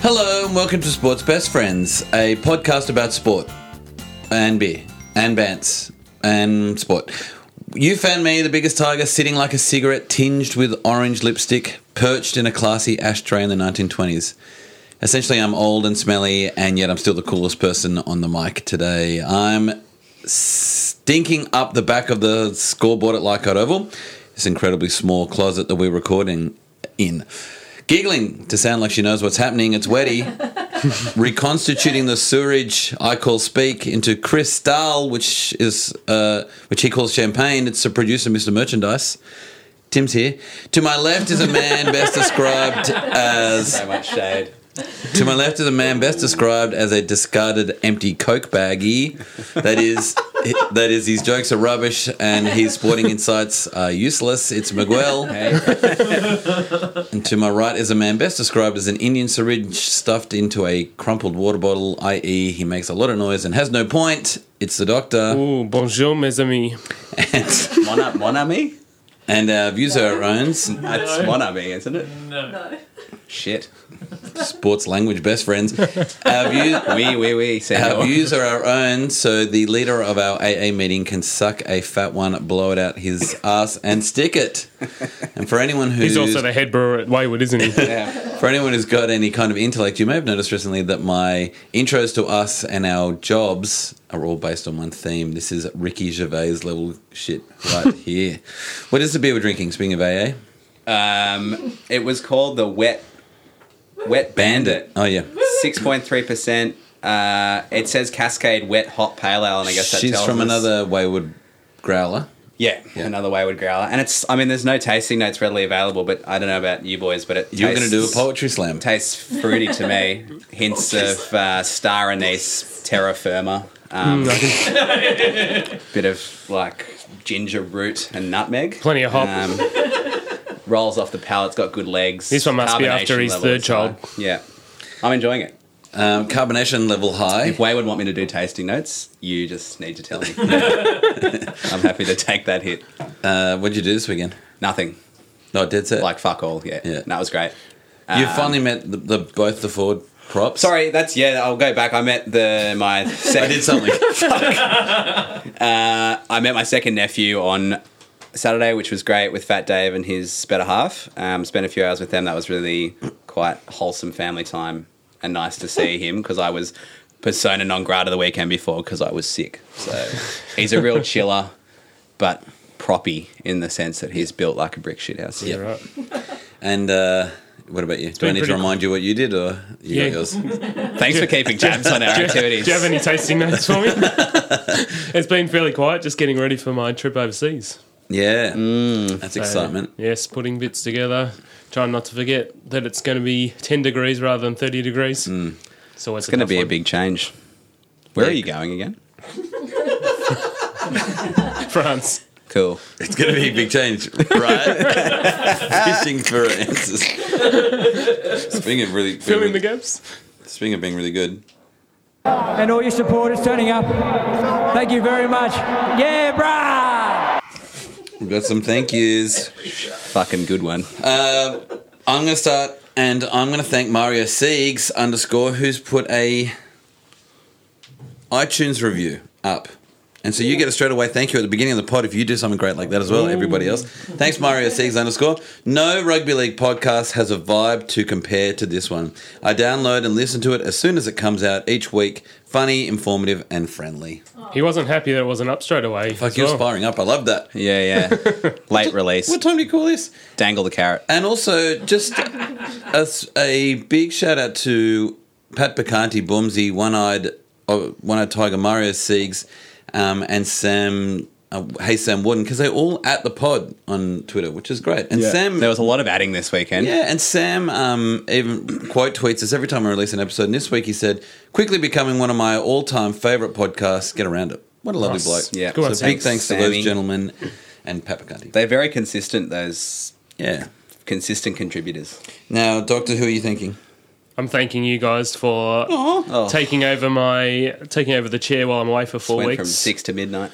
Hello and welcome to Sports Best Friends, a podcast about sport and beer and bants and sport. You found me, the biggest tiger, sitting like a cigarette tinged with orange lipstick, perched in a classy ashtray in the 1920s. Essentially, I'm old and smelly, and yet I'm still the coolest person on the mic today. I'm stinking up the back of the scoreboard at Leichhardt Oval, this incredibly small closet that we're recording in. Giggling to sound like she knows what's happening. It's Weddy reconstituting the sewerage I call speak into crystal, which is uh, which he calls champagne. It's the producer, Mr. Merchandise. Tim's here. To my left is a man best described as So much shade. to my left is a man best described as a discarded empty Coke baggie. That is, that is, his jokes are rubbish and his sporting insights are useless. It's Miguel. And to my right is a man best described as an Indian syringe stuffed into a crumpled water bottle, i.e., he makes a lot of noise and has no point. It's the doctor. Oh, bonjour, mes amis. And, Mon, mon ami? and our views are our own. That's mon ami, isn't it? No. Shit. Sports language best friends. Our views. Wee, wee, wee, Our senor. views are our own, so the leader of our AA meeting can suck a fat one, blow it out his ass, and stick it. And for anyone who's He's also the head brewer at Wayward, isn't he? Yeah. for anyone who's got any kind of intellect, you may have noticed recently that my intros to us and our jobs are all based on one theme. This is Ricky Gervais level shit right here. What is the beer we're drinking? Speaking of AA, Um, it was called the Wet Wet Bandit. Oh yeah, 6.3%. Uh, it says Cascade Wet Hot Pale Ale, and I guess that she's tells from us- another wayward growler. Yeah, Yeah. another Wayward Growler. And it's, I mean, there's no tasting notes readily available, but I don't know about you boys, but it You're going to tastes- do a poetry slam. tastes fruity to me. Hints of uh, star anise, terra firma. Um, Mm, bit of like ginger root and nutmeg. Plenty of hop. rolls off the palate. It's got good legs. This one must be after Carbonation his levels, third uh, child. yeah, I'm enjoying it. Um, carbonation level high. If Way would want me to do tasting notes, you just need to tell me. I'm happy to take that hit. Uh, what'd you do this weekend? Nothing. No, dead set. Like fuck all. Yeah. Yeah. That was great. You Um, finally met the, the both the Ford props. Sorry, that's yeah. I'll go back. I met the my I second. did something. I met my second nephew on Saturday, which was great with Fat Dave and his better half. Um, spent a few hours with them. That was really quite wholesome family time and nice to see him because I was persona non grata the weekend before because I was sick. So he's a real chiller, but proppy in the sense that he's built like a brick shit house. Yeah. Right. and uh, what about you? Do I been need to pretty remind you what you did, or you Yeah. got yours? Thanks for keeping tabs on our activities. Do you have any tasting notes for me? it's been fairly quiet, just getting ready for my trip overseas. Uh, Yeah, that's excitement. Yes, putting bits together, trying not to forget that it's going to be 10 degrees rather than 30 degrees. So it's Hmm. It's going to be a big change. Where are you going again? France. Cool. It's going to be a big change, right? Fishing for answers. Speaking of really, Fill in the gaps. speaking of being really good, and all your supporters turning up. Thank you very much. Yeah, brah! we've got some thank yous. Fucking good one. I'm going to start, and I'm going to thank Mario Siegs underscore, who's put a iTunes review up. And so you get a straight away thank you at the beginning of the pod if you do something great like that as well, everybody else. Thanks, Mario Siegs underscore. No rugby league podcast has a vibe to compare to this one. I download and listen to it as soon as it comes out each week. Funny, informative, and friendly. He wasn't happy that it wasn't up straight away. Fuck, as you're well. firing up. I love that. Yeah, yeah. Late release. What time do you call this? Dangle the carrot. And also, just a, s- a big shout out to Pat Picanti, Bumsy, One Eyed, One Eyed Tiger, Mario Siegs, um, and Sam. Uh, hey Sam Warden, because they're all at the pod on Twitter, which is great. And Sam, There was a lot of adding this weekend. yeah, and Sam um, even quote tweets us every time I release an episode. And this week he said, "Quickly becoming one of my all-time favorite podcasts. Get around it. What a lovely Nice. bloke. Yeah. so Good one, big Sam. thanks, to Sammy. those gentlemen and Pat Picanti. They're very consistent, those Yeah. consistent contributors. Now, Doctor, who are you thinking? I'm thanking you guys for Oh. taking over my taking over the chair while I'm away for four Went weeks. from six to midnight.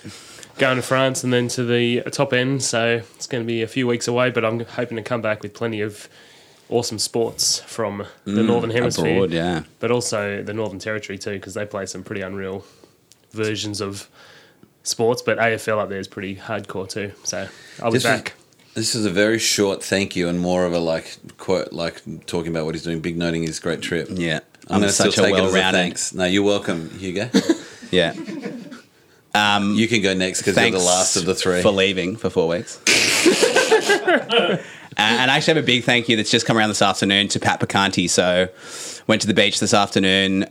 going to France and then to the top end. So it's going to be a few weeks away, but I'm hoping to come back with plenty of awesome sports from the Northern Hemisphere, Mm, abroad, yeah. but also the Northern Territory too, because they play some pretty unreal versions of sports. But AFL up there is pretty hardcore too. So I'll be This was- back. This is a very short thank you and more of a like quote, like talking about what he's doing, big noting his great trip. Yeah. I'm, going to still such a take it as a well-rounded. thanks. No, you're welcome, Hugo. Yeah. you can go next because you're Mm. Thanks the last of the three. for leaving for four weeks. Uh, and I actually have a big thank you that's just come around this afternoon to Pat Picanti. So went to the beach this afternoon,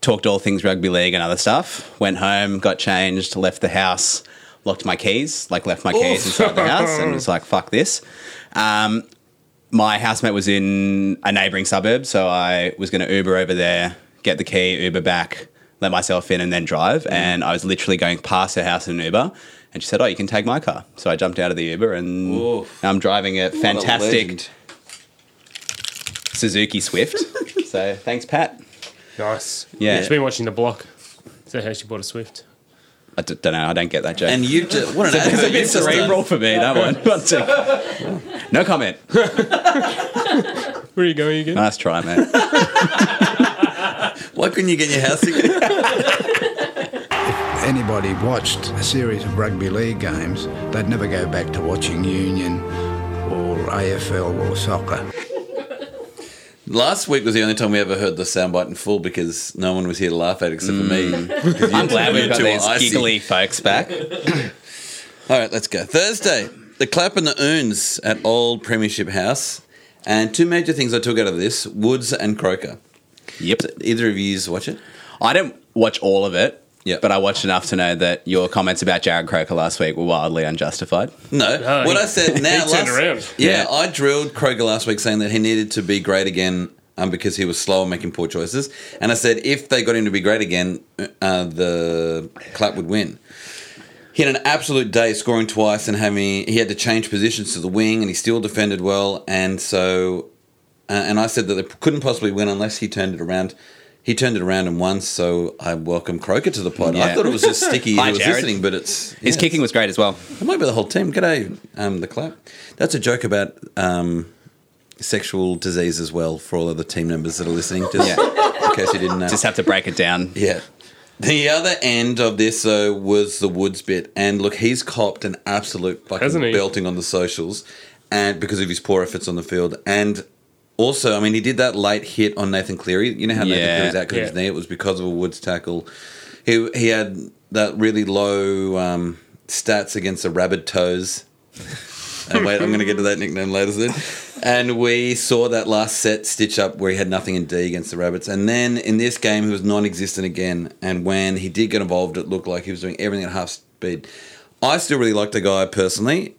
talked all things rugby league and other stuff. Went home, got changed, left the house, locked my keys, like left my keys inside the house, and was like, "Fuck this." Um, my housemate was in a neighbouring suburb, so I was going to Uber over there, get the key, Uber back, let myself in, and then drive. Mm. And I was literally going past her house in an Uber, and she said, "Oh, you can take my car." So I jumped out of the Uber, and Oof. I'm driving a What a fantastic legend. Suzuki Swift. so thanks, Pat. Nice. Yeah. she's been watching the block. Is that how she bought a Swift? I d- don't know. I don't get that joke. And you just what an It's a advert bit you've just done. cerebral for me. That one. One sec. no comment. Where are you going again? Nice try, mate. Why couldn't you get your house together? anybody watched a series of rugby league games, they'd never go back to watching Union or AFL or soccer. Last week was the only time we ever heard the soundbite in full because no one was here to laugh at except for me. Mm. I'm glad we've got Too these icy. giggly folks back. All right, let's go. Thursday, the clap and the urns at Old Premiership House. And two major things I took out of this Woods and Croker. Yep. Either of you watch it? I didn't watch all of it. Yeah. But I watched enough to know that your comments about Jared Croker last week were wildly unjustified. No. No, what he- I said now. he turned last- around. Yeah, Yeah. I drilled Kroger last week saying that he needed to be great again um, because he was slow and making poor choices. And I said if they got him to be great again, uh, the clap would win. He had an absolute day scoring twice and having he had to change positions to the wing and he still defended well and so uh, and I said that they couldn't possibly win unless he turned it around. He turned it around and won, so I welcome Croker to the pod. I Yeah. thought it was just sticky Hi, he was Jared. listening, but it's His yeah, Oh. kicking was great as well. it might be the whole team. G'day, um, the clap. That's a joke about um, sexual disease as well for all other team members that are listening. Just in case you didn't know. Just have to break it down. yeah. The other end of this though was the Woods bit, and look, he's copped an absolute fucking Hasn't he? belting on the socials, and because of his poor efforts on the field, and also, I mean, he did that late hit on Nathan Cleary. You know how Nathan Yeah. Cleary's out because of his Yeah. knee; it was because of a Woods tackle. He he had that really low um, stats against the rabid toes. And Uh, wait, I'm going to get to that nickname later soon. And we saw that last set stitch up where he had nothing in D against the Rabbits. And then in this game, he was non existent again. And when he did get involved, it looked like he was doing everything at half speed. I still really like the guy personally.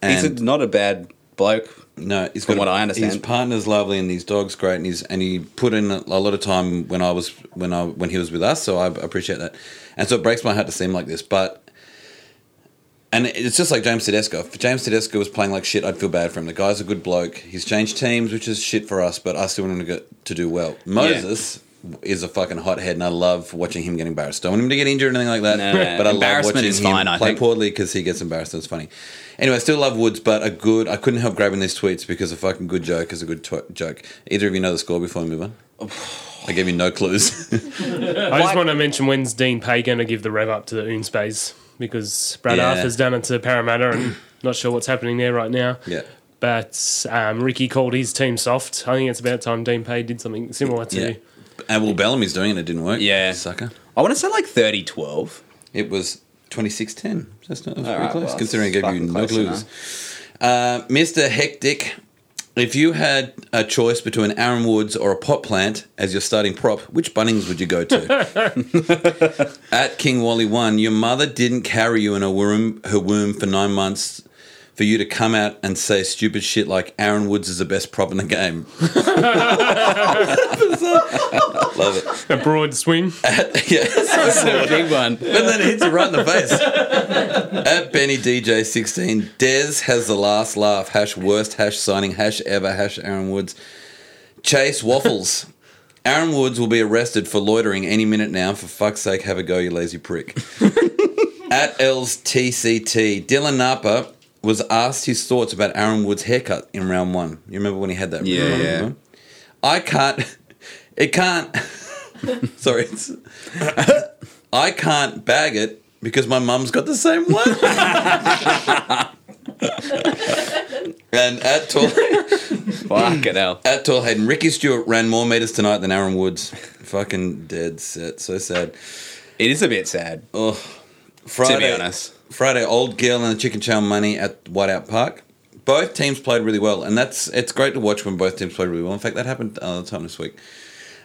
He's a, And not a bad bloke. no, he's from got- what I understand. His partner's lovely and his dog's great. And, he's, and he put in a lot of time when I was when I when he was with us. So I appreciate that. And so it breaks my heart to see him like this. But and it's just like James Tedesco. If James Tedesco was playing like shit, I'd feel bad for him. The guy's a good bloke. He's changed teams, which is shit for us, but I still want him to, get, to do well. Moses is a fucking hothead, and I love watching him get embarrassed. Don't want him to get injured or anything like that, No, no, no. Uh, but I love Embarrassment watching is him fine, I play think. poorly because he gets embarrassed. and It's funny. Anyway, I still love Woods, but a good. I couldn't help grabbing these tweets because a fucking good joke is a good tw- joke. Either of you know the score before we move on? I gave you no clues. I just want to mention when's Dean Pay going to give the rev up to the Oonspace because Brad Yeah. Arthur's done it to Parramatta and not sure what's happening there right now. yeah. But um, Ricky called his team soft. I think it's about time Dean Pay did something similar to. Yeah. And well, Bellamy's doing it. It didn't work. Yeah. Sucker. I want to say like 30 12. It was 2610. That's not that's All pretty right, close, well, considering I that's gave you fucking no close clues. Uh, Mr. Hectic, if you had a choice between Aaron Woods or a pot plant as your starting prop, which Bunnings would you go to? At King Wally 1, your mother didn't carry you in her womb, her womb for nine months for you to come out and say stupid shit like Aaron Woods is the best prop in the game. Love it. A broad swing. Yes. That's a big one. And then it hits you right in the face. At Benny DJ sixteen, Dez has the last laugh. Hash worst hash signing hash ever hash Aaron Woods. Chase waffles. Aaron Woods will be arrested for loitering any minute now. For fuck's sake, have a go, you lazy prick. At L's TCT, Dylan Napa. was asked his thoughts about Aaron Wood's haircut in round one. You remember when he had that? Yeah, round yeah. one? I can't. It can't. sorry, it's, I can't bag it because my mum's got the same one. and at tall, Fuck it hell. at tall Hayden, Ricky Stewart ran more meters tonight than Aaron Woods. Fucking dead set. So sad. It is a bit sad. Oh, Friday, honest. Friday, Old Gill and the Chicken Chow Money at Whiteout Park. Both teams played really well, and that's it's great to watch when both teams played really well. In fact, that happened another time this week.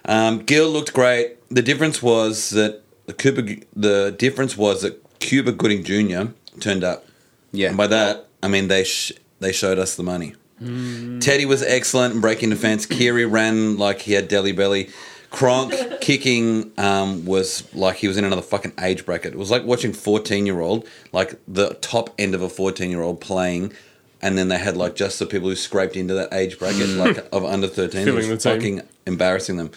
Um, Gill looked great. The difference was that the Cuba, the difference was that Cuba Gooding Jr. turned up. Yeah. And by that, I mean they sh- they showed us the money. Mm. Teddy was excellent in breaking defense. Kiri ran like he had deli belly. Kronk kicking um, was like he was in another fucking age bracket. It was like watching fourteen year old, like the top end of a fourteen year old playing, and then they had like just the people who scraped into that age bracket, like of under thirteen. It Filling was the team. fucking embarrassing them.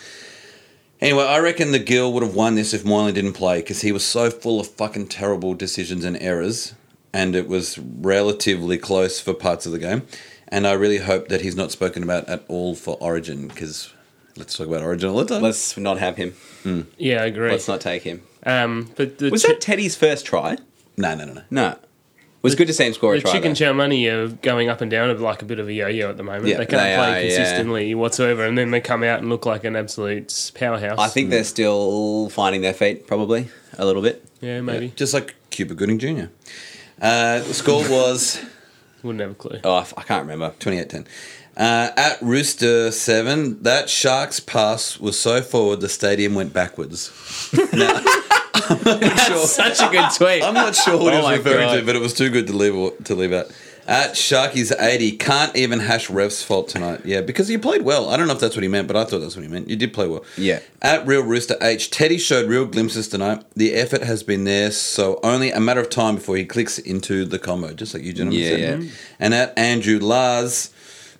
Anyway, I reckon the Gill would have won this if Moylan didn't play because he was so full of fucking terrible decisions and errors, and it was relatively close for parts of the game. And I really hope that he's not spoken about at all for Origin because let's talk about Origin all the time. Let's not have him. Yeah, I agree. Let's not take him. Um, but the, Was chi- that Teddy's first try? no, no, no, no. No. It was good to see him score a the try. chicken though. chow money are going up and down of like a bit of a yo-yo at the moment. Yeah, they can't they play are, yeah. consistently whatsoever, and then they come out and look like an absolute powerhouse. I think they're still finding their feet, probably a little bit. Yeah, maybe. Just like Cuba Gooding Jr. Uh, the score was Wouldn't have a clue. Oh, I f- I can't remember. 28-10. Uh, at Rooster 7, that Sharks pass was so forward the stadium went backwards. Such a good tweet. I'm not sure what he Oh my was referring God. to, but it was too good to leave to leave out. At Sharky's 80, can't even hash Rev's fault tonight. Yeah, because he played well. I don't know if that's what he meant, but I thought that's what he meant. You did play well. Yeah. At Real Rooster H, Teddy showed real glimpses tonight. The effort has been there, so only a matter of time before he clicks into the combo, just like you gentlemen Yeah, said. Mm-hmm. yeah. And at Andrew Lars,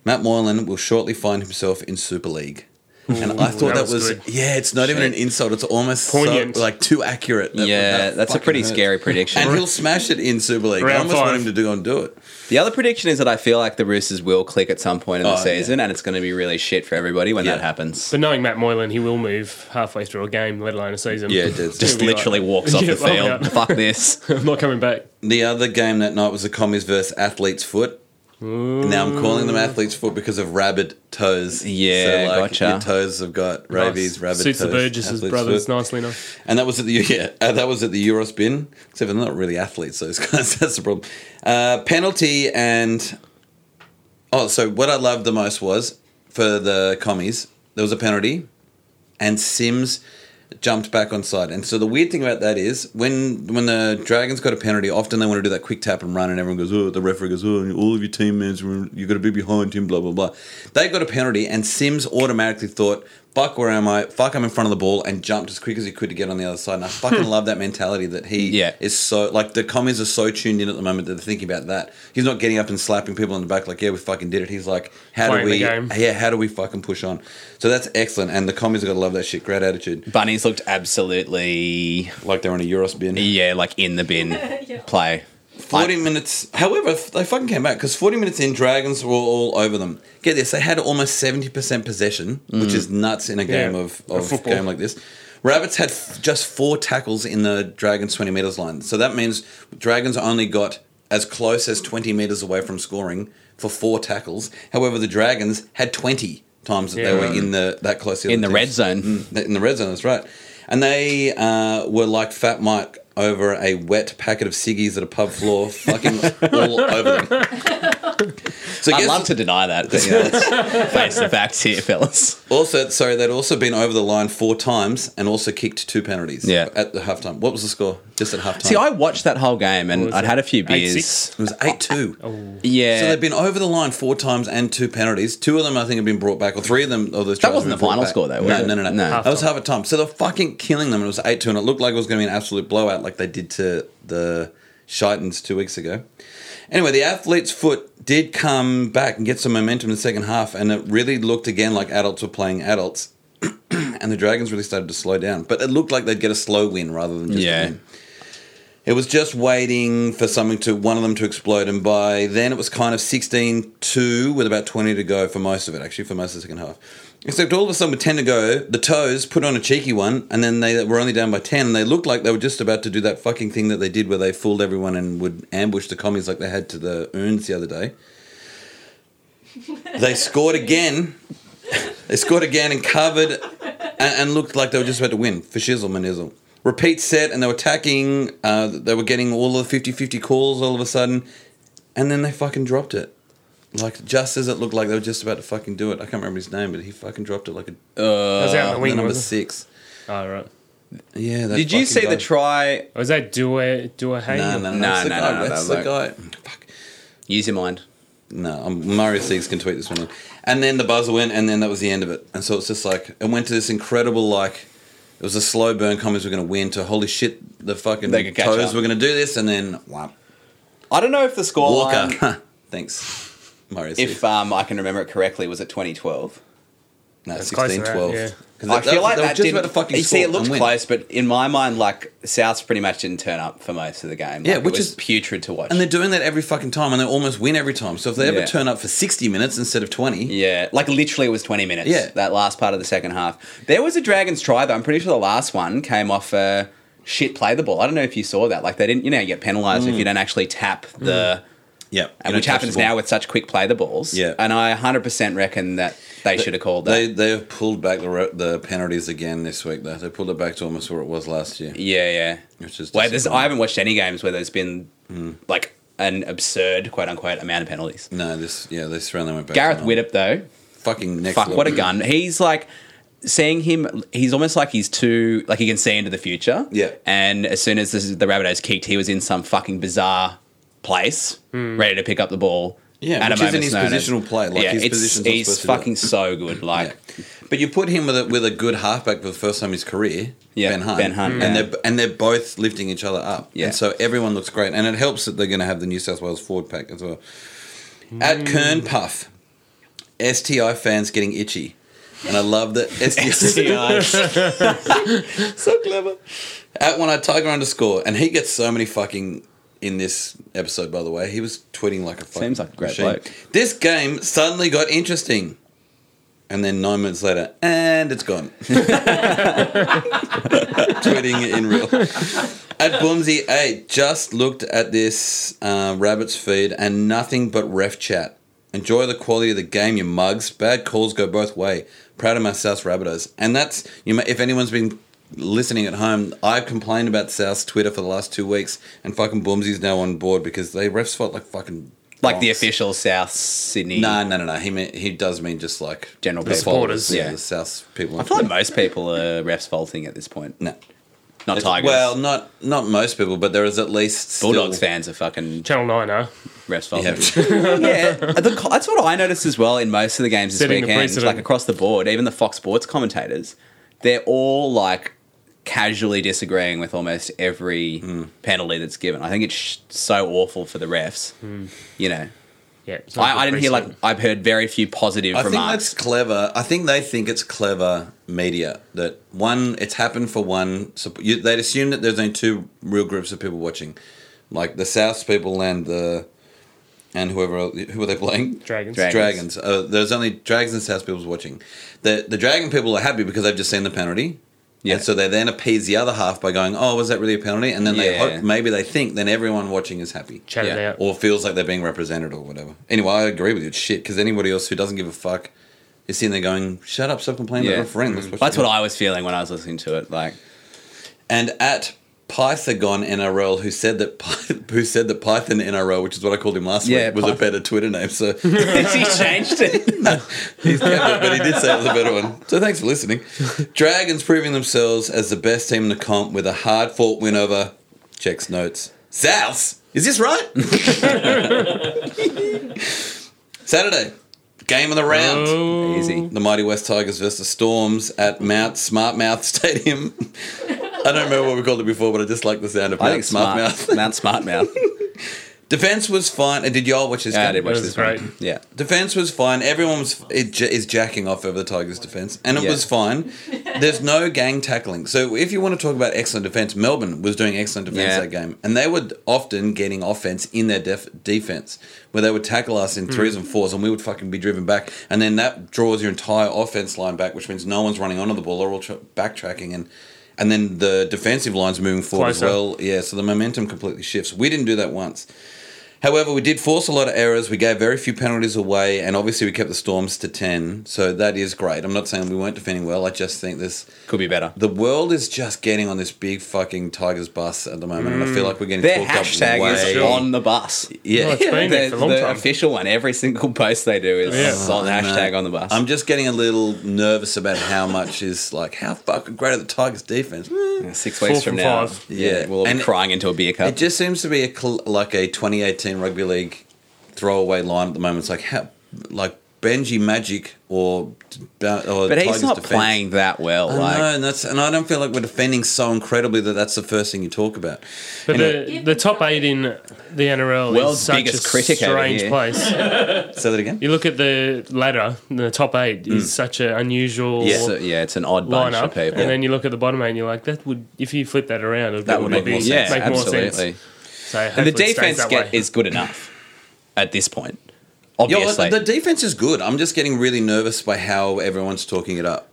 Matt Moylan will shortly find himself in Super League. and I thought that that, was was, good. yeah, it's not even an Shit. insult. It's almost so- Poignant. like too accurate. That- yeah, that that's a fucking pretty hurts. scary prediction. And he'll smash it in Super League. I Round almost want five. him to do go and do it. the other prediction is that I feel like the Roosters will click at some point in the Oh, yeah. season, and it's going to be really shit for everybody when Yeah. that happens. But knowing Matt Moylan, he will move halfway through a game, let alone a season. Yeah, it does. Just He'll be literally like, walks off "Yeah, the well, field. yeah. Fuck this. I'm not coming back. The other game that night was the Commies versus Athlete's Foot. Now I'm calling them Athlete's Foot because of rabbit toes. Yeah, gotcha. Your toes have got rabies, rabbit Suits toes. the Burgess' athlete's brothers foot. nicely Uh, enough. And that was at the yeah, uh, that was at the Eurospin. Except they're not really athletes, those guys. That's the problem. Uh, penalty and oh, so what I loved the most was for the commies. There was a penalty, and Sims jumped back on side. And so the weird thing about that is when when the Dragons got a penalty, often they want to do that quick tap and run, and everyone goes, "Oh!" The referee goes, "Oh!" All of your teammates, were- you got to be behind him. Blah blah blah. They got a penalty, and Sims automatically thought, "Fuck, where am I? Fuck, I'm in front of the ball," and jumped as quick as he could to get on the other side. And I fucking love that mentality that he Yeah. is so like the commies are so tuned in at the moment that they're thinking about that. He's not getting up and slapping people in the back like, "Yeah, we fucking did it." He's like, "How do Playing the we? game. Yeah, how do we fucking push on?" So that's excellent, and the commies are gonna love that shit. Great attitude Bunnies looked absolutely, like they're on a Eurospin. yeah, like in the bin play. 40 minutes. However, f- they fucking came back because 40 minutes in, Dragons were all over them. Get this, they had almost 70% possession, which is nuts in a game Yeah, of, of of football. game like this. Rabbits had f- just four tackles in the Dragons 20 metres line. So that means Dragons only got as close as 20 metres away from scoring for four tackles. However, the Dragons had 20 times that they Yeah. were in the that close to In other the red teams. zone. Mm, in the red zone. That's right. And they uh, were like Fat Mike over a wet packet of ciggies at a pub floor, fucking all over them. So I'd guess- love to deny that, but you know, let's face the facts here, fellas. Also, sorry, they'd also been over the line four times and also kicked two penalties. Yeah. At the halftime, what was the score? Just at halftime. See, I watched that whole game What and was I'd it? had a few beers. 8-6? It was eight two. Yeah. So they've been over the line four times and two penalties. Two of them, I think, have been brought back, or three of them. Or those tries wasn't have the been brought final back. score, though, was No, it? no, no, no, No. That was half a time. So they're fucking killing them, and it was eight two, and it looked like it was going to be an absolute blowout, like they did to the Shitans two weeks ago. Anyway, the athlete's foot did come back and get some momentum in the second half, and it really looked again like adults were playing adults, and the Dragons really started to slow down. But it looked like they'd get a slow win rather than just a Yeah. win. It was just waiting for something to one of them to explode, and by then it was kind of 16-2 with about 20 to go for most of it, actually for most of the second half. Except all of a sudden with 10 to go, the toes put on a cheeky one, and then they were only down by 10, and they looked like they were just about to do that fucking thing that they did where they fooled everyone and would ambush the commies like they had to the urns the other day. They scored again. They scored again and covered and, and looked like they were just about to win for shizzle manizzle. Repeat set and they were attacking. Uh, they were getting all of the 50-50 calls all of a sudden. And then they fucking dropped it. Like, just as it looked like they were just about to fucking do it. I can't remember his name, but he fucking dropped it like a... uh, That was out in the the wing, number was it? six. Oh, right. Yeah, that Did fucking you see guy. the try? Was that Dua, Dua Hay? No, no, no, No, that's the no, guy. no, no, that's that the guy. Fuck. Use your mind. No, um, Mario Siegs can tweet this one. out. And then the buzzer went, and then that was the end of it. And so it's just like it went to this incredible like it was a slow burn. Commies were going to win. To holy shit, the fucking They could catch toes up. were going to do this, and then wow, I don't know if the Walker. scoreline, Thanks, Mario Siegs. if um, I can remember it correctly, was at 2012. no, That's close to 16, that, 12. yeah. 'Cause I that- feel like they were that just didn't. about to fucking you see, score it looked and win. close, but in my mind, like Souths pretty much didn't turn up for most of the game. Yeah, Like, which it was is- putrid to watch. And they're doing that every fucking time, and they almost win every time. So if they ever Yeah. turn up for sixty minutes instead of twenty, yeah, like literally, it was twenty minutes. Yeah. that last part of the second half. There was a Dragons try though. I'm pretty sure the last one came off a shit play the ball. I don't know if you saw that. Like they didn't, you know, you get penalised Mm. if you don't actually tap the. yeah, you And don't touch which the happens ball. now with such quick play the balls. Yeah. And I 100% reckon that they should have called that. They they have pulled back the ro- the penalties again this week. Though they pulled it back to almost where it was last year. yeah, yeah. Which is Wait, there's, disappointing. I haven't watched any games where there's been Mm. like an absurd, quote unquote, amount of penalties. No, this yeah, this round they went back. Gareth to- Widdop, though, fucking next fuck, level. what a gun. He's like, seeing him, he's almost like he's too, like he can see into the future. Yeah. And as soon as this is the Rabbitohs kicked, he was in some fucking bizarre place, ready to pick up the ball. Yeah, at a which isn't moment's his notice. positional play, like, his it's- position's not he's supposed to do fucking it. so good. Like, Yeah. But you put him with a with a good halfback for the first time in his career. Yeah, Ben Hunt. Ben and Hunt, yeah. they're and they're both lifting each other up. Yeah. and so everyone looks great, and it helps that they're going to have the New South Wales forward pack as well. At Kern Puff, STI fans getting itchy, and I love that STI. so clever. at one I tiger underscore, and he gets so many fucking in this episode. By the way, he was tweeting like a fucking Seems like a great machine. bloke. This game suddenly got interesting, and then nine minutes later, and it's gone. tweeting it in real. At Boomsy eight, just looked at this uh, rabbit's feed and nothing but ref chat. Enjoy the quality of the game, you mugs. Bad calls go both way. Proud of my South Rabbitohs, and that's you. Know, if anyone's been listening at home, I've complained about South's Twitter for the last two weeks, and fucking Boomsy's now on board because they refs fought like fucking Like the dogs. official South Sydney. No, no, no, no. He mean, he does mean just like General the people. followers, Supporters. yeah, Yeah. the South people. I feel like most people are refs faulting at this point. no. Not Tigers. Well, not not most people, but there is at least still- Bulldogs fans are fucking Channel 9, huh? refs Yeah. faulting. yeah, the co- that's what I noticed as well in most of the games this Setting the weekend. precedent. like across the board, even the Fox Sports commentators, they're all like casually disagreeing with almost every Hmm. penalty that's given. I think it's sh- so awful for the refs. You know, Yeah. it's Hmm. not I, I didn't hear like recent. I've heard very few positive I think that's remarks. clever. I think they think it's clever media that one, it's happened for one. So you, they'd assume that there's only two real groups of people watching, like the South's people and the and whoever else- who were they playing? Dragons. Dragons. Dragons. Uh, there's only dragons and South people's watching. The the dragon people are happy because they've just seen the penalty. Yeah. Yeah. And so they then appease the other half by going, "Oh, was that really a penalty?" And then they Yeah. hope, maybe they think then everyone watching is happy Chat it yeah, out. or feels like they're being represented or whatever. Anyway, I agree with you. It's shit because anybody else who doesn't give a fuck is sitting there going, "Shut up, stop complaining Yeah. about refereeing." Let's watch That's the what game." I was feeling when I was listening to it. Like, And at Pythagon NRL, who said that Py- who said that Python NRL, which is what I called him last Yeah, week, was a Python. better Twitter name. So he changed it. He's kept it, but he did say it was a better one. So thanks for listening. Dragons proving themselves as the best team in the comp with a hard fought win over checks notes. Souths, is this right? Saturday, game of the round. Oh. Oh, Easy. The mighty West Tigers versus Storms at Mount Smartmouth Stadium. I don't remember what we called it before, but I just like the sound of I Mount think smart Smartmouth. mouth. Mount smart mouth. Defense was fine. Uh, Did y'all watch this Yeah, I game? did watch It was this great. one. Yeah. Defense was fine. Everyone was it j- is jacking off over the Tigers' defense, and it Yeah. was fine. There's no gang tackling. So if you want to talk about excellent defense, Melbourne was doing excellent defense Yeah. that game, and they were often getting offense in their def- defense, where they would tackle us in threes Mm. and fours, and we would fucking be driven back, and then that draws your entire offense line back, which means no one's running onto the ball. They're all tr backtracking and. And then the defensive line's moving forward Closer. as well. Yeah, so the momentum completely shifts. We didn't do that once. However, we did force a lot of errors. We gave very few penalties away, and obviously we kept the Storms to ten. So that is great. I'm not saying we weren't defending well. I just think this Could be better. the world is just getting on this big fucking Tigers bus at the moment, and I feel like we're getting Mm. Their talked up hashtag way. is on the bus. yeah, Oh, it's been the, there for a long the time. official one. Every single post they do is Yeah. on I know. hashtag on the bus. Oh, I'm just getting a little nervous about how much is like how fucking great are the Tigers defense. Six Four weeks from from now, five. Yeah. we'll all And- be crying into a beer cup. It just seems to be a cl- like a 2018 rugby league throwaway line at the moment. It's like how like Benji Magic or uh, or but Tigers he's not defense. playing that well. I like, know, and that's and I don't feel like we're defending so incredibly that that's the first thing you talk about. But Yeah, the, the but top it's- eight in the NRL World's is such a biggest critic over strange here. place. Say that again. You look at the ladder, the top eight Mm. is such an unusual yeah, so- yeah, it's an odd bunch lineup, of people. and then you look at the bottom eight, and you're like, that would if you flip that around, it That would make be- more sense. yeah, make more absolutely. sense. So And the hopefully it stays defense that get, way. is good enough at this point. Yo, Obviously, the defense is good. I'm just getting really nervous by how everyone's talking it up.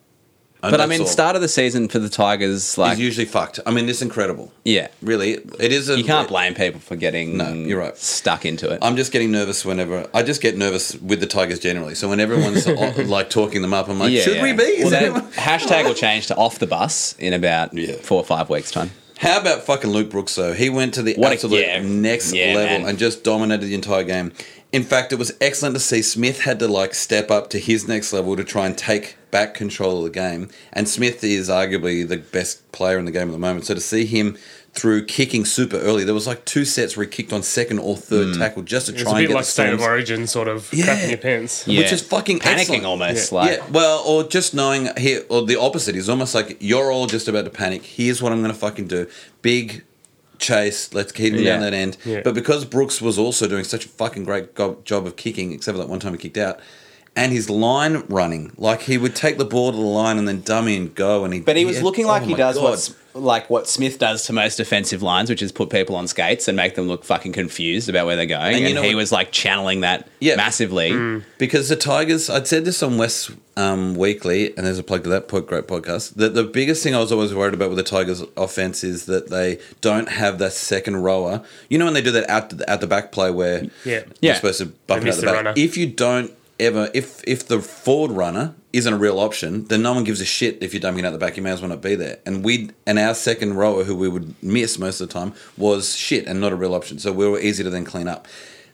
And but I that's mean, all. start of the season for the Tigers, is like, usually fucked. I mean, it's incredible. yeah, Really, it is. A, you can't blame people for getting No, you're right. stuck into it. I'm just getting nervous whenever I just get nervous with the Tigers generally. So when everyone's on- like talking them up, I'm like, should we be? Is Well, everyone- that hashtag will change to off the bus in about Yeah. four or five weeks time. How about fucking Luke Brooks though? He went to the What a- absolute yeah. next Yeah, level man. and just dominated the entire game. In fact, it was excellent to see Smith had to like step up to his next level to try and take back control of the game. And Smith is arguably the best player in the game at the moment. So to see him through kicking super early, there was like two sets where he kicked on second or third Mm. tackle just to It's a try and bit get like the state of Storms- origin, sort of Yeah. crapping your pants. Yeah. Which is fucking panicking excellent. almost. Like, yeah, well, or just knowing here, or the opposite is almost like you're all just about to panic. Here's what I'm going to fucking do: big chase. Let's keep him down Yeah. that end. Yeah. But because Brooks was also doing such a fucking great go- job of kicking, except for that one time he kicked out, and his line running, like he would take the ball to the line and then dummy and go, and he. But he was looking like oh he my does God. what's like what Smith does to most defensive lines, which is put people on skates and make them look fucking confused about where they're going. And And, you know he what- was like channeling that Yeah. massively. Because the Tigers, I'd said this on West um, Weekly, and there's a plug to that po- great podcast. That the biggest thing I was always worried about with the Tigers' offense is that they don't have that second rower. You know when they do that out the, out the back play where Yeah. you're Yeah. supposed to bump They it out miss the, the back. runner. If you don't ever, if if the forward runner isn't a real option, then no one gives a shit if you're dumping it out the back. You may as well not be there. And we and our second rower, who we would miss most of the time, was shit and not a real option. So we were easy to then clean up.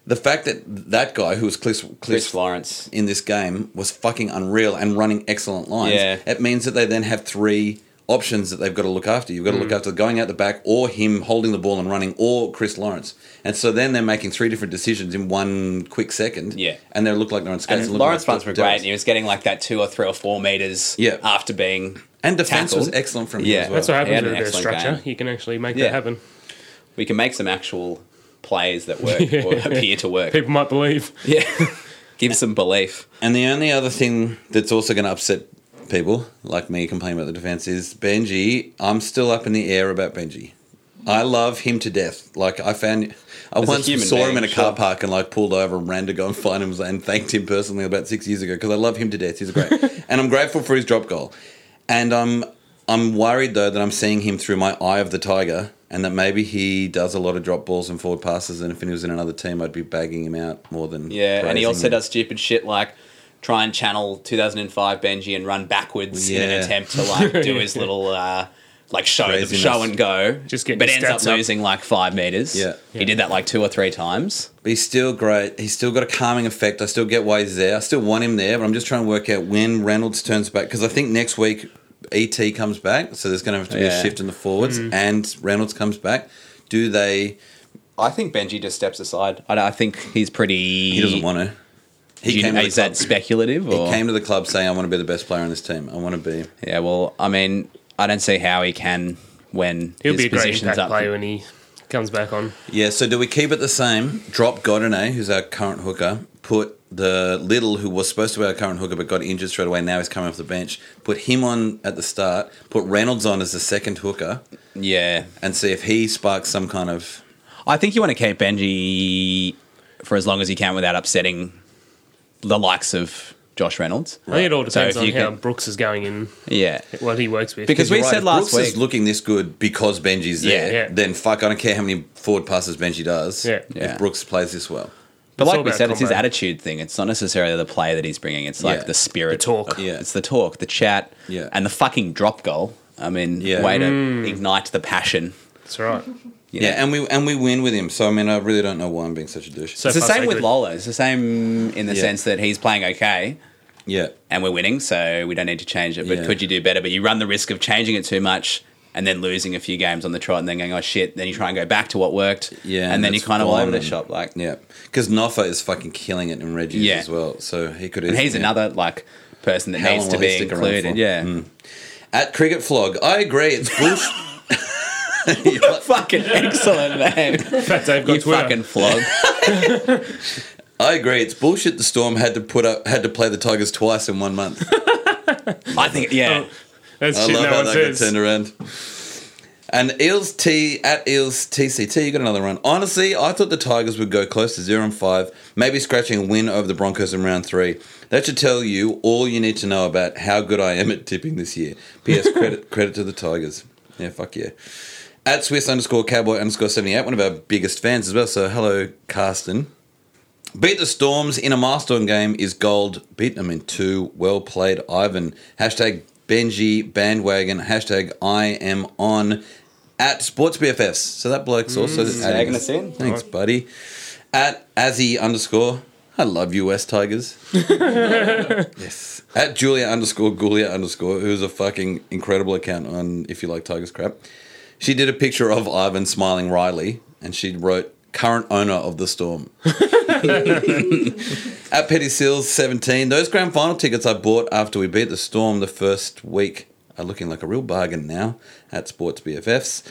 The fact that that guy who was Cliff, Cliff, Chris Lawrence. in this game was fucking unreal and running excellent lines. Yeah. It means that they then have three options that they've got to look after. You've got to look Mm. after going out the back or him holding the ball and running or Chris Lawrence. And so then they're making three different decisions in one quick second. Yeah. And they look like they're on skates. And look Lawrence like runs were they're- great. And he was getting like that two or three or four meters Yeah. after being And defense tackled. was excellent from him Yeah. as well. That's what He had happens an with their excellent structure. game. You can actually make Yeah. that happen. We can make some actual plays that work or appear to work. People might believe. Yeah. Give some belief. And the only other thing that's also going to upset people like me complaining about the defense is Benji. I'm still up in the air about Benji. I love him to death. Like I found, I a once human saw him being, in a sure. car park and like pulled over and ran to go and find him and thanked him personally about six years ago because I love him to death. He's great, and I'm grateful for his drop goal. And I'm I'm worried though that I'm seeing him through my eye of the tiger, and that maybe he does a lot of drop balls and forward passes. And if he was in another team, I'd be bagging him out more than Yeah, and he praising also him. does stupid shit like try and channel 2005 Benji and run backwards in Yeah. an attempt to like do his little uh, like show Craziness. show and go. Just getting but his ends up stats up. losing like five meters. Yeah. he did that like two or three times. But he's still great. He's still got a calming effect. I still get why he's there. I still want him there, but I'm just trying to work out when Reynolds turns back because I think next week ET comes back, so there's going to have to be a Yeah. shift in the forwards, and Reynolds comes back. Do they? I think Benji just steps aside. I, I think he's pretty. He doesn't want to. He He came. To the is that club. speculative? Or? He came to the club saying, "I want to be the best player on this team. I want to be." yeah, well, I mean, I don't see how he can when He'll his be a great position's impact up. player when he Comes back on. Yeah, so do we keep it the same? Drop Godinay, who's our current hooker, put the Little, who was supposed to be our current hooker but got injured straight away, now he's coming off the bench, put him on at the start, put Reynolds on as the second hooker, Yeah. and see if he sparks some kind of. I think you want to keep Benji for as long as you can without upsetting the likes of Josh Reynolds. I think it all So depends if on you how can- Brooks is going in, Yeah. what he works with. Because we You're said if last Brooks is week- looking this good because Benji's there. Yeah, yeah. Then fuck, I don't care how many forward passes Benji does. Yeah. Yeah. If Brooks plays this well, But It's all like we about said, it's his combo. attitude thing. It's not necessarily the play that he's bringing. It's like Yeah. the spirit, The talk. Yeah. It's the talk, the chat, Yeah. and the fucking drop goal. I mean, Yeah. way to Mm. ignite the passion. That's right. you yeah. know. and we and we win with him. So I mean, I really don't know why I'm being such a douche. So- it's the far, same with good. Lola. It's the same in the Yeah. sense that he's playing okay yeah, and we're winning, so we don't need to change it. But Yeah. could you do better? But you run the risk of changing it too much and then losing a few games on the trot and then going, oh shit. Then you try and go back to what worked. Yeah, And then you're that's kind of all fine. over the shop. Like, yeah, because Noffa is fucking killing it in Reggie's Yeah. as well. So he could. and he's yeah. another like person that How needs long to will he be stick around included. for? Mm. Yeah. At Cricket Flog, I agree. It's bullshit. fucking excellent name. In fact, Dave got you Twitter. fucking flog. I agree. It's bullshit. The Storm had to put up, had to play the Tigers twice in one month. I think Oh, yeah. That's I shit love no how one that says. got turned around. And Eels T at Eels TCT, you got another run. Honestly, I thought the Tigers would go close to zero and five, maybe scratching a win over the Broncos in round three. That should tell you all you need to know about how good I am at tipping this year. P.S. credit credit to the Tigers. Yeah, fuck yeah. At Swiss underscore cowboy underscore seventy eight, one of our biggest fans as well. So hello, Carsten. Beat the Storms in a milestone game is gold. Beat them in two. Well played, Ivan. Hashtag Benji bandwagon. Hashtag I am on at Sports BFFs. So that bloke's also adding tagging Mm, us in. Thanks, buddy. At Azzy underscore. I love you, West Tigers. yes. At Julia underscore Gulia underscore, who's a fucking incredible account on if you like Tigers crap. She did a picture of Ivan smiling wryly, and she wrote current owner of the storm at Petty Seals 17. Those grand final tickets I bought after we beat the Storm the first week are looking like a real bargain now at Sports BFFs.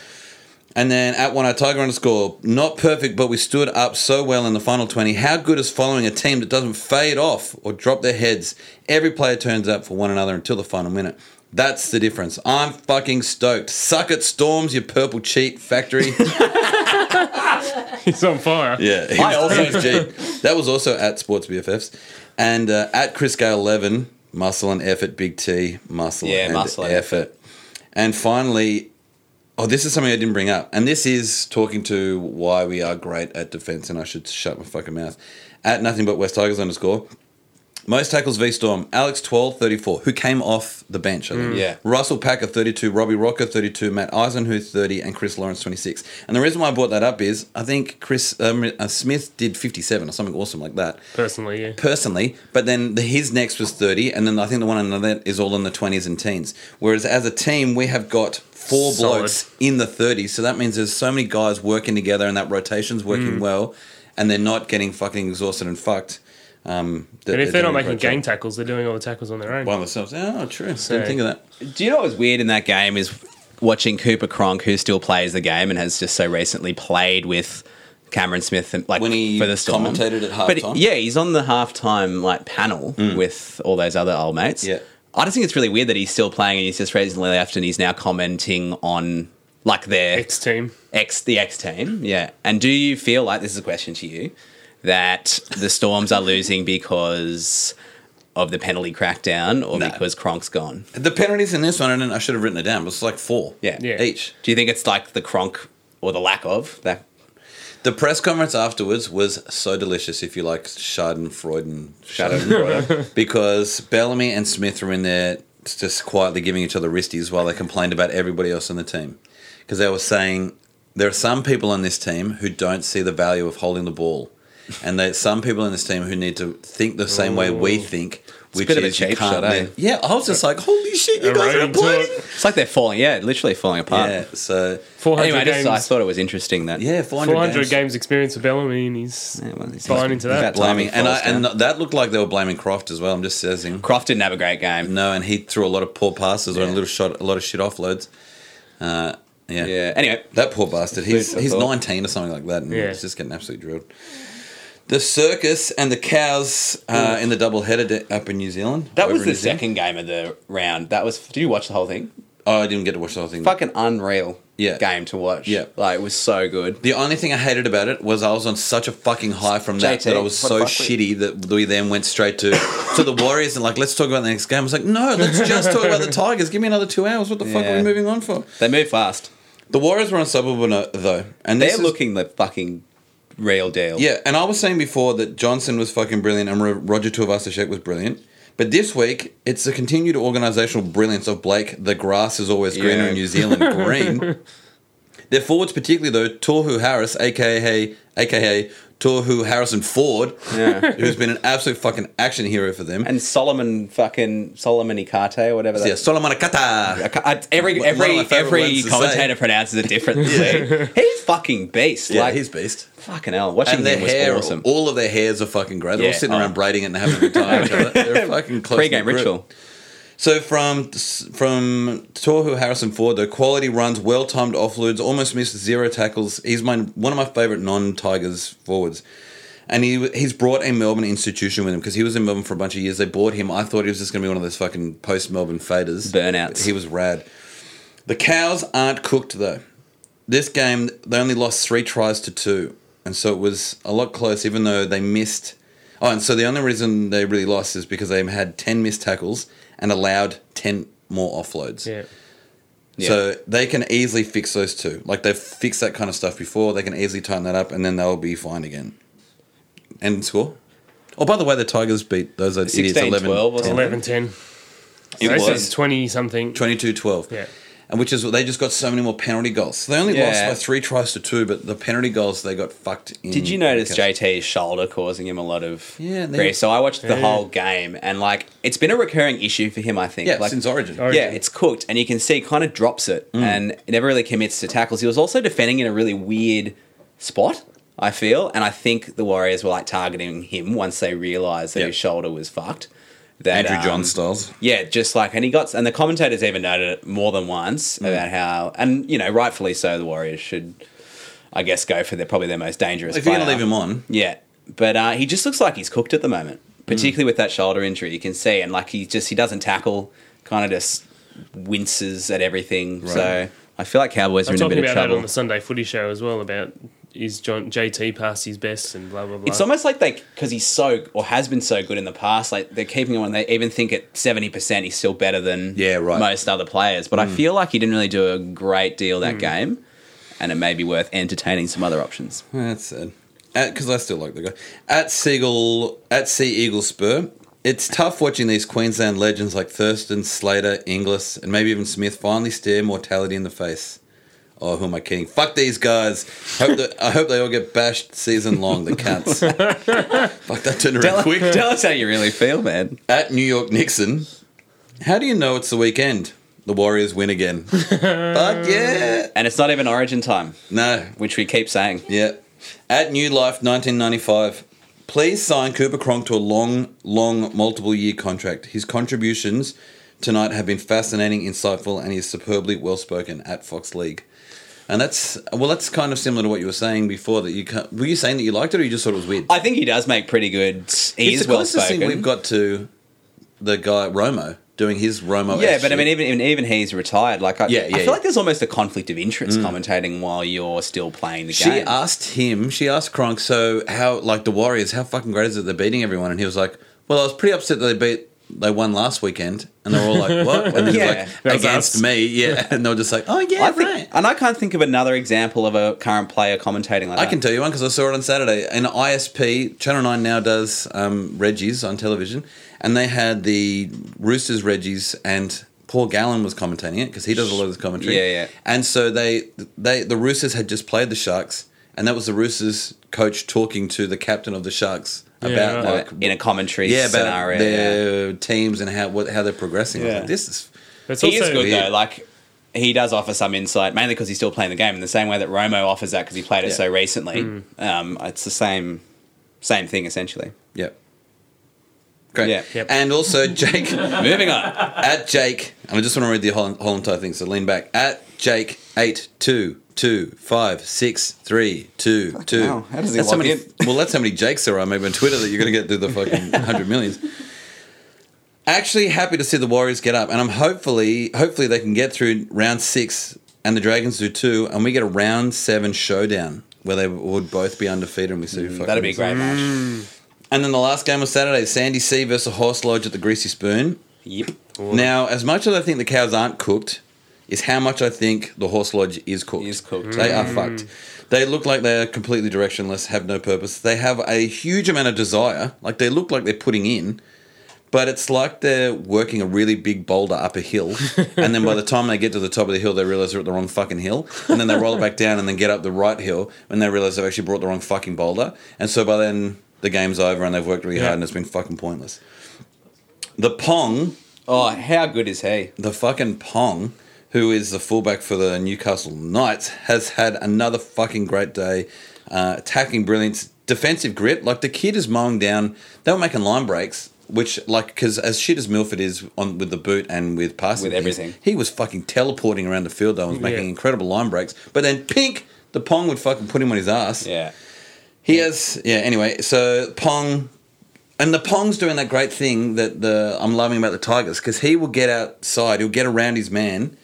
And then at one, our Tiger underscore, not perfect, but we stood up so well in the final 20. How good is following a team that doesn't fade off or drop their heads? Every player turns up for one another until the final minute. That's the difference. I'm fucking stoked. Suck at Storms, you purple cheat factory. He's on fire. Yeah, he I was- also- he was G. That was also at Sports BFFs, and uh, at Chris Gale Eleven, muscle and effort, big T, muscle Yeah, and muscle and effort. and finally, oh, this is something I didn't bring up, and this is talking to why we are great at defense, and I should shut my fucking mouth. At nothing but West Tigers underscore. Most tackles v Storm. Alex 12, 34, who came off the bench. I think. Yeah. Russell Packer, 32. Robbie Rocker, 32. Matt Eisenhuth, 30. And Chris Lawrence, 26. And the reason why I brought that up is I think Chris um, uh, Smith did 57 or something awesome like that Personally, yeah. personally, but then the, his next was 30, and then I think the one under that is all in the 20s and teens. Whereas as a team, we have got four Solid. blokes in the 30s, so that means there's so many guys working together and that rotation's Mm. working well, and they're not getting fucking exhausted and fucked. Um, And if they're not doing a making great job gang tackles, they're doing all the tackles on their own. by themselves, oh, true. Didn't think of that. Do you know what was weird in that game is watching Cooper Cronk, who still plays the game and has just so recently played with Cameron Smith, and, like When he for the Storm. commentated at But halftime? Mm. yeah, he's on the halftime like panel with all those other old mates. Yeah. I just think it's really weird that he's still playing and he's just recently left and he's now commenting on like their X team. X the X team, yeah. And do you feel like this is a question to you that the Storms are losing because of the penalty crackdown or No. because Kronk's gone? The penalties in this one, I, didn't, I should have written it down, but it's like four Yeah. Yeah. each. Do you think it's like the Kronk or the lack of that? The press conference afterwards was so delicious. If you like Schadenfreude and because Bellamy and Smith were in there just quietly giving each other wristies while they complained about everybody else on the team. Because they were saying there are some people on this team who don't see the value of holding the ball, and there's some people in this team who need to think the same way we think. Which bit of a is you cheap can't shot, eh? let- Yeah, I was just like, holy shit, you guys are Eroding to playing. it. It's like they're falling, yeah, literally falling apart. Yeah, so 400 Anyway, I just, games. I thought it was interesting that yeah, four 400 hundred games. games. experience for Bellamy, and he's Yeah, well, it's- buying into that. About Blaming, time and he I, falls and down. that looked like they were blaming Croft as well. I'm just saying. Croft didn't have a great game. No, and he threw a lot of poor passes or a Yeah. little shot, a lot of shit offloads. Uh, Yeah. Yeah. Anyway, That poor bastard. He's Food for he's thought. 19 or something like that, and Yeah. he's just getting absolutely drilled. The circus and the cows uh, in the double header de- up in New Zealand. that over was in the New Zealand. second game of the round. That was. Did you watch the whole thing? Oh, I didn't get to watch the whole thing. Fucking unreal. Yeah. Game to watch. Yeah. Like it was so good. The only thing I hated about it was I was on such a fucking high from that JT, that I was what so the fuck we- shitty that we then went straight to to the Warriors and like let's talk about the next game. I was like, no, let's just talk about the Tigers. Give me another two hours. What the fuck are Yeah. we moving on for? They move fast. The Warriors were unstoppable no- though, and They're this is- looking the fucking real deal. Yeah, and I was saying before that Johnson was fucking brilliant and Ro- Roger Tuivasa-Sheck was brilliant. But this week, it's the continued organisational brilliance of Blake. The grass is always greener Yeah. in New Zealand. Green. Their forwards, particularly though, Torhu Harris, aka aka Torhu Harrison Ford, who's been an absolute fucking action hero for them. And Solomon fucking Solomon Ikate or whatever. that- yeah, Solomon Akata. I ca- I- every One of my every favourite every ones to commentator say. pronounces it differently. He's fucking beast. Yeah, like he's beast. fucking hell. Watching And their him was hair, awesome. all of their hairs are fucking great. They're Yeah, all sitting oh. around braiding it and having a good time. with each other. They're a fucking close Pre-game knit group. ritual. So from from Torhu Harrison Ford, the quality runs, well timed offloads, almost missed zero tackles. He's my one of my favorite non Tigers forwards, and he he's brought a Melbourne institution with him because he was in Melbourne for a bunch of years. They bought him. I thought he was just going to be one of those fucking post Melbourne faders Burnouts. He was rad. The cows aren't cooked though. This game they only lost three tries to two, and so it was a lot close. Even though they missed, oh, and so the only reason they really lost is because they had ten missed tackles and allowed ten more offloads. Yeah. So they can easily fix those two. Like they've fixed that kind of stuff before. They can easily tighten that up, and then they'll be fine again. And score. Oh, by the way, the Tigers beat those idiots 16 11 12 or something. 11 10. It They said was. 20 something. 22 12. Yeah. And which is they just got so many more penalty goals. So they only Yeah. lost by three tries to two, but the penalty goals they got fucked in. Did you notice Jay? JT's shoulder causing him a lot of Yeah, they- grief? So I watched the Yeah. whole game, and like it's been a recurring issue for him. I think, Yeah, like, since Origin. Origin. yeah, it's cooked, and you can see he kind of drops it, Mm. and never really commits to tackles. He was also defending in a really weird spot. I feel, and I think the Warriors were like targeting him once they realised that Yeah. his shoulder was fucked. That Andrew John um, Styles. yeah, just like, and he got, and the commentators even noted it more than once Mm. about how, and you know, rightfully so, the Warriors should, I guess, go for their probably their most dangerous. If you're going to player. leave him on, Yeah, but uh, he just looks like he's cooked at the moment, particularly with that shoulder injury. You can see, and like he just he doesn't tackle, kind of just winces at everything. So I feel like Cowboys are I'm in a talking bit of about that on trouble. the Sunday footy show as well about is John JT past his best and blah blah blah. It's almost like they because he's so or has been so good in the past. Like they're keeping him on. They even think at seventy percent he's still better than Yeah, right. Hmm. most other players. But I feel like he didn't really do a great deal Hmm. that game, and it may be worth entertaining some other options. that's sad. Because I still like the guy. At Seagull, at Sea Eagle Spur, it's tough watching these Queensland legends like Thurston, Slater, Inglis, and maybe even Smith finally stare mortality in the face. Oh, who am I kidding? Fuck these guys. Hope that, I hope they all get bashed season long, the cunts. Fuck that turned around Tell, quick. tell us how you really feel, man. at New York Nixon. How do you know it's the weekend? The Warriors win again. Fuck yeah. And it's not even Origin time, No. which we keep saying. Yeah. At New Life 1995. Please sign Cooper Cronk to a long, long, multiple year contract. His contributions tonight have been fascinating, insightful, and he's superbly well spoken at Fox League. And that's, well, that's kind of similar to what you were saying before that you can't, were you saying that you liked it or you just thought it was weird? I think he does make pretty good. He it's the is Oh, well closest thing we've spoken. got to the guy, Romo, doing his Romo. Yeah, but I shit. mean, even even, even he's retired. Like, I, Yeah, I yeah, feel yeah. Mm. like there's almost a conflict of interest commentating while you're still playing the She uh, game. asked him, she asked Kronk, so how, like the Warriors, how fucking great is it they're beating everyone? And he was like, well, I was pretty upset that they beat, they won last weekend. And they were all like, what? And he Yeah. was That like, was against us. me. Yeah. And they were just like, oh, yeah, I think, right. and I can't think of another example of a current player commentating like I that. can tell you one because I saw it on Saturday. And ISP, Channel 9 now does um, Reggie's on television. And they had the Roosters Reggie's and Paul Gallen was commentating it because he does a lot of the commentary. Yeah, yeah. And so they, they the Roosters had just played the Sharks. And that was the Roosters coach talking to the captain of the Sharks Yeah, about right. like in a commentary yeah, about scenario. yeah. their teams and how what, how they're progressing. I was Yeah. like, this is That's He is good weird. though. Like he does offer some insight, mainly because he's still playing the game in the same way that Romo offers that because he played it Yeah. so recently. Um, it's the same same thing essentially. yep. Great. Yeah. Yep. And also Jake Moving on. at Jake, and I just want to read the whole, whole entire thing, so lean back. At Jake eight two two five six three two two. hell, how does he that's how log many, in? Well, that's how many Jakes there are maybe on Twitter that you're going to get through the fucking hundred millions. Actually, happy to see the Warriors get up, and I'm hopefully hopefully they can get through round six, and the Dragons do too, and we get a round seven showdown where they would both be undefeated, and we see. who fucking Mm, That'd be a wins. great match. And then the last game was Saturday: Sandy Sea versus Horse Lodge at the Greasy Spoon. Yep. Now, as much as I think the cows aren't cooked, is how much I think the horse lodge is cooked. Is cooked. Mm. They are fucked. They look like they're completely directionless, have no purpose. They have a huge amount of desire. Like they look like they're putting in, but it's like they're working a really big boulder up a hill. and then by the time they get to the top of the hill, they realize they're at the wrong fucking hill. And then they roll it back down and then get up the right hill and they realize they've actually brought the wrong fucking boulder. And so by then, the game's over and they've worked really Yeah. hard and it's been fucking pointless. The Pong Oh, how good is he? the fucking Pong, who is the fullback for the Newcastle Knights, has had another fucking great day. Uh, attacking brilliance, defensive grit. Like the kid is mowing down. They were making line breaks, which like because as shit as Milford is on with the boot and with passing, With things, everything. he was fucking teleporting around the field. Though and was making Yeah. incredible line breaks. But then pink, the Pong would fucking put him on his ass. Yeah. He has, yeah. Anyway, so Pong, and the Pong's doing that great thing that the I'm loving about the Tigers because he will get outside, he'll get around his man,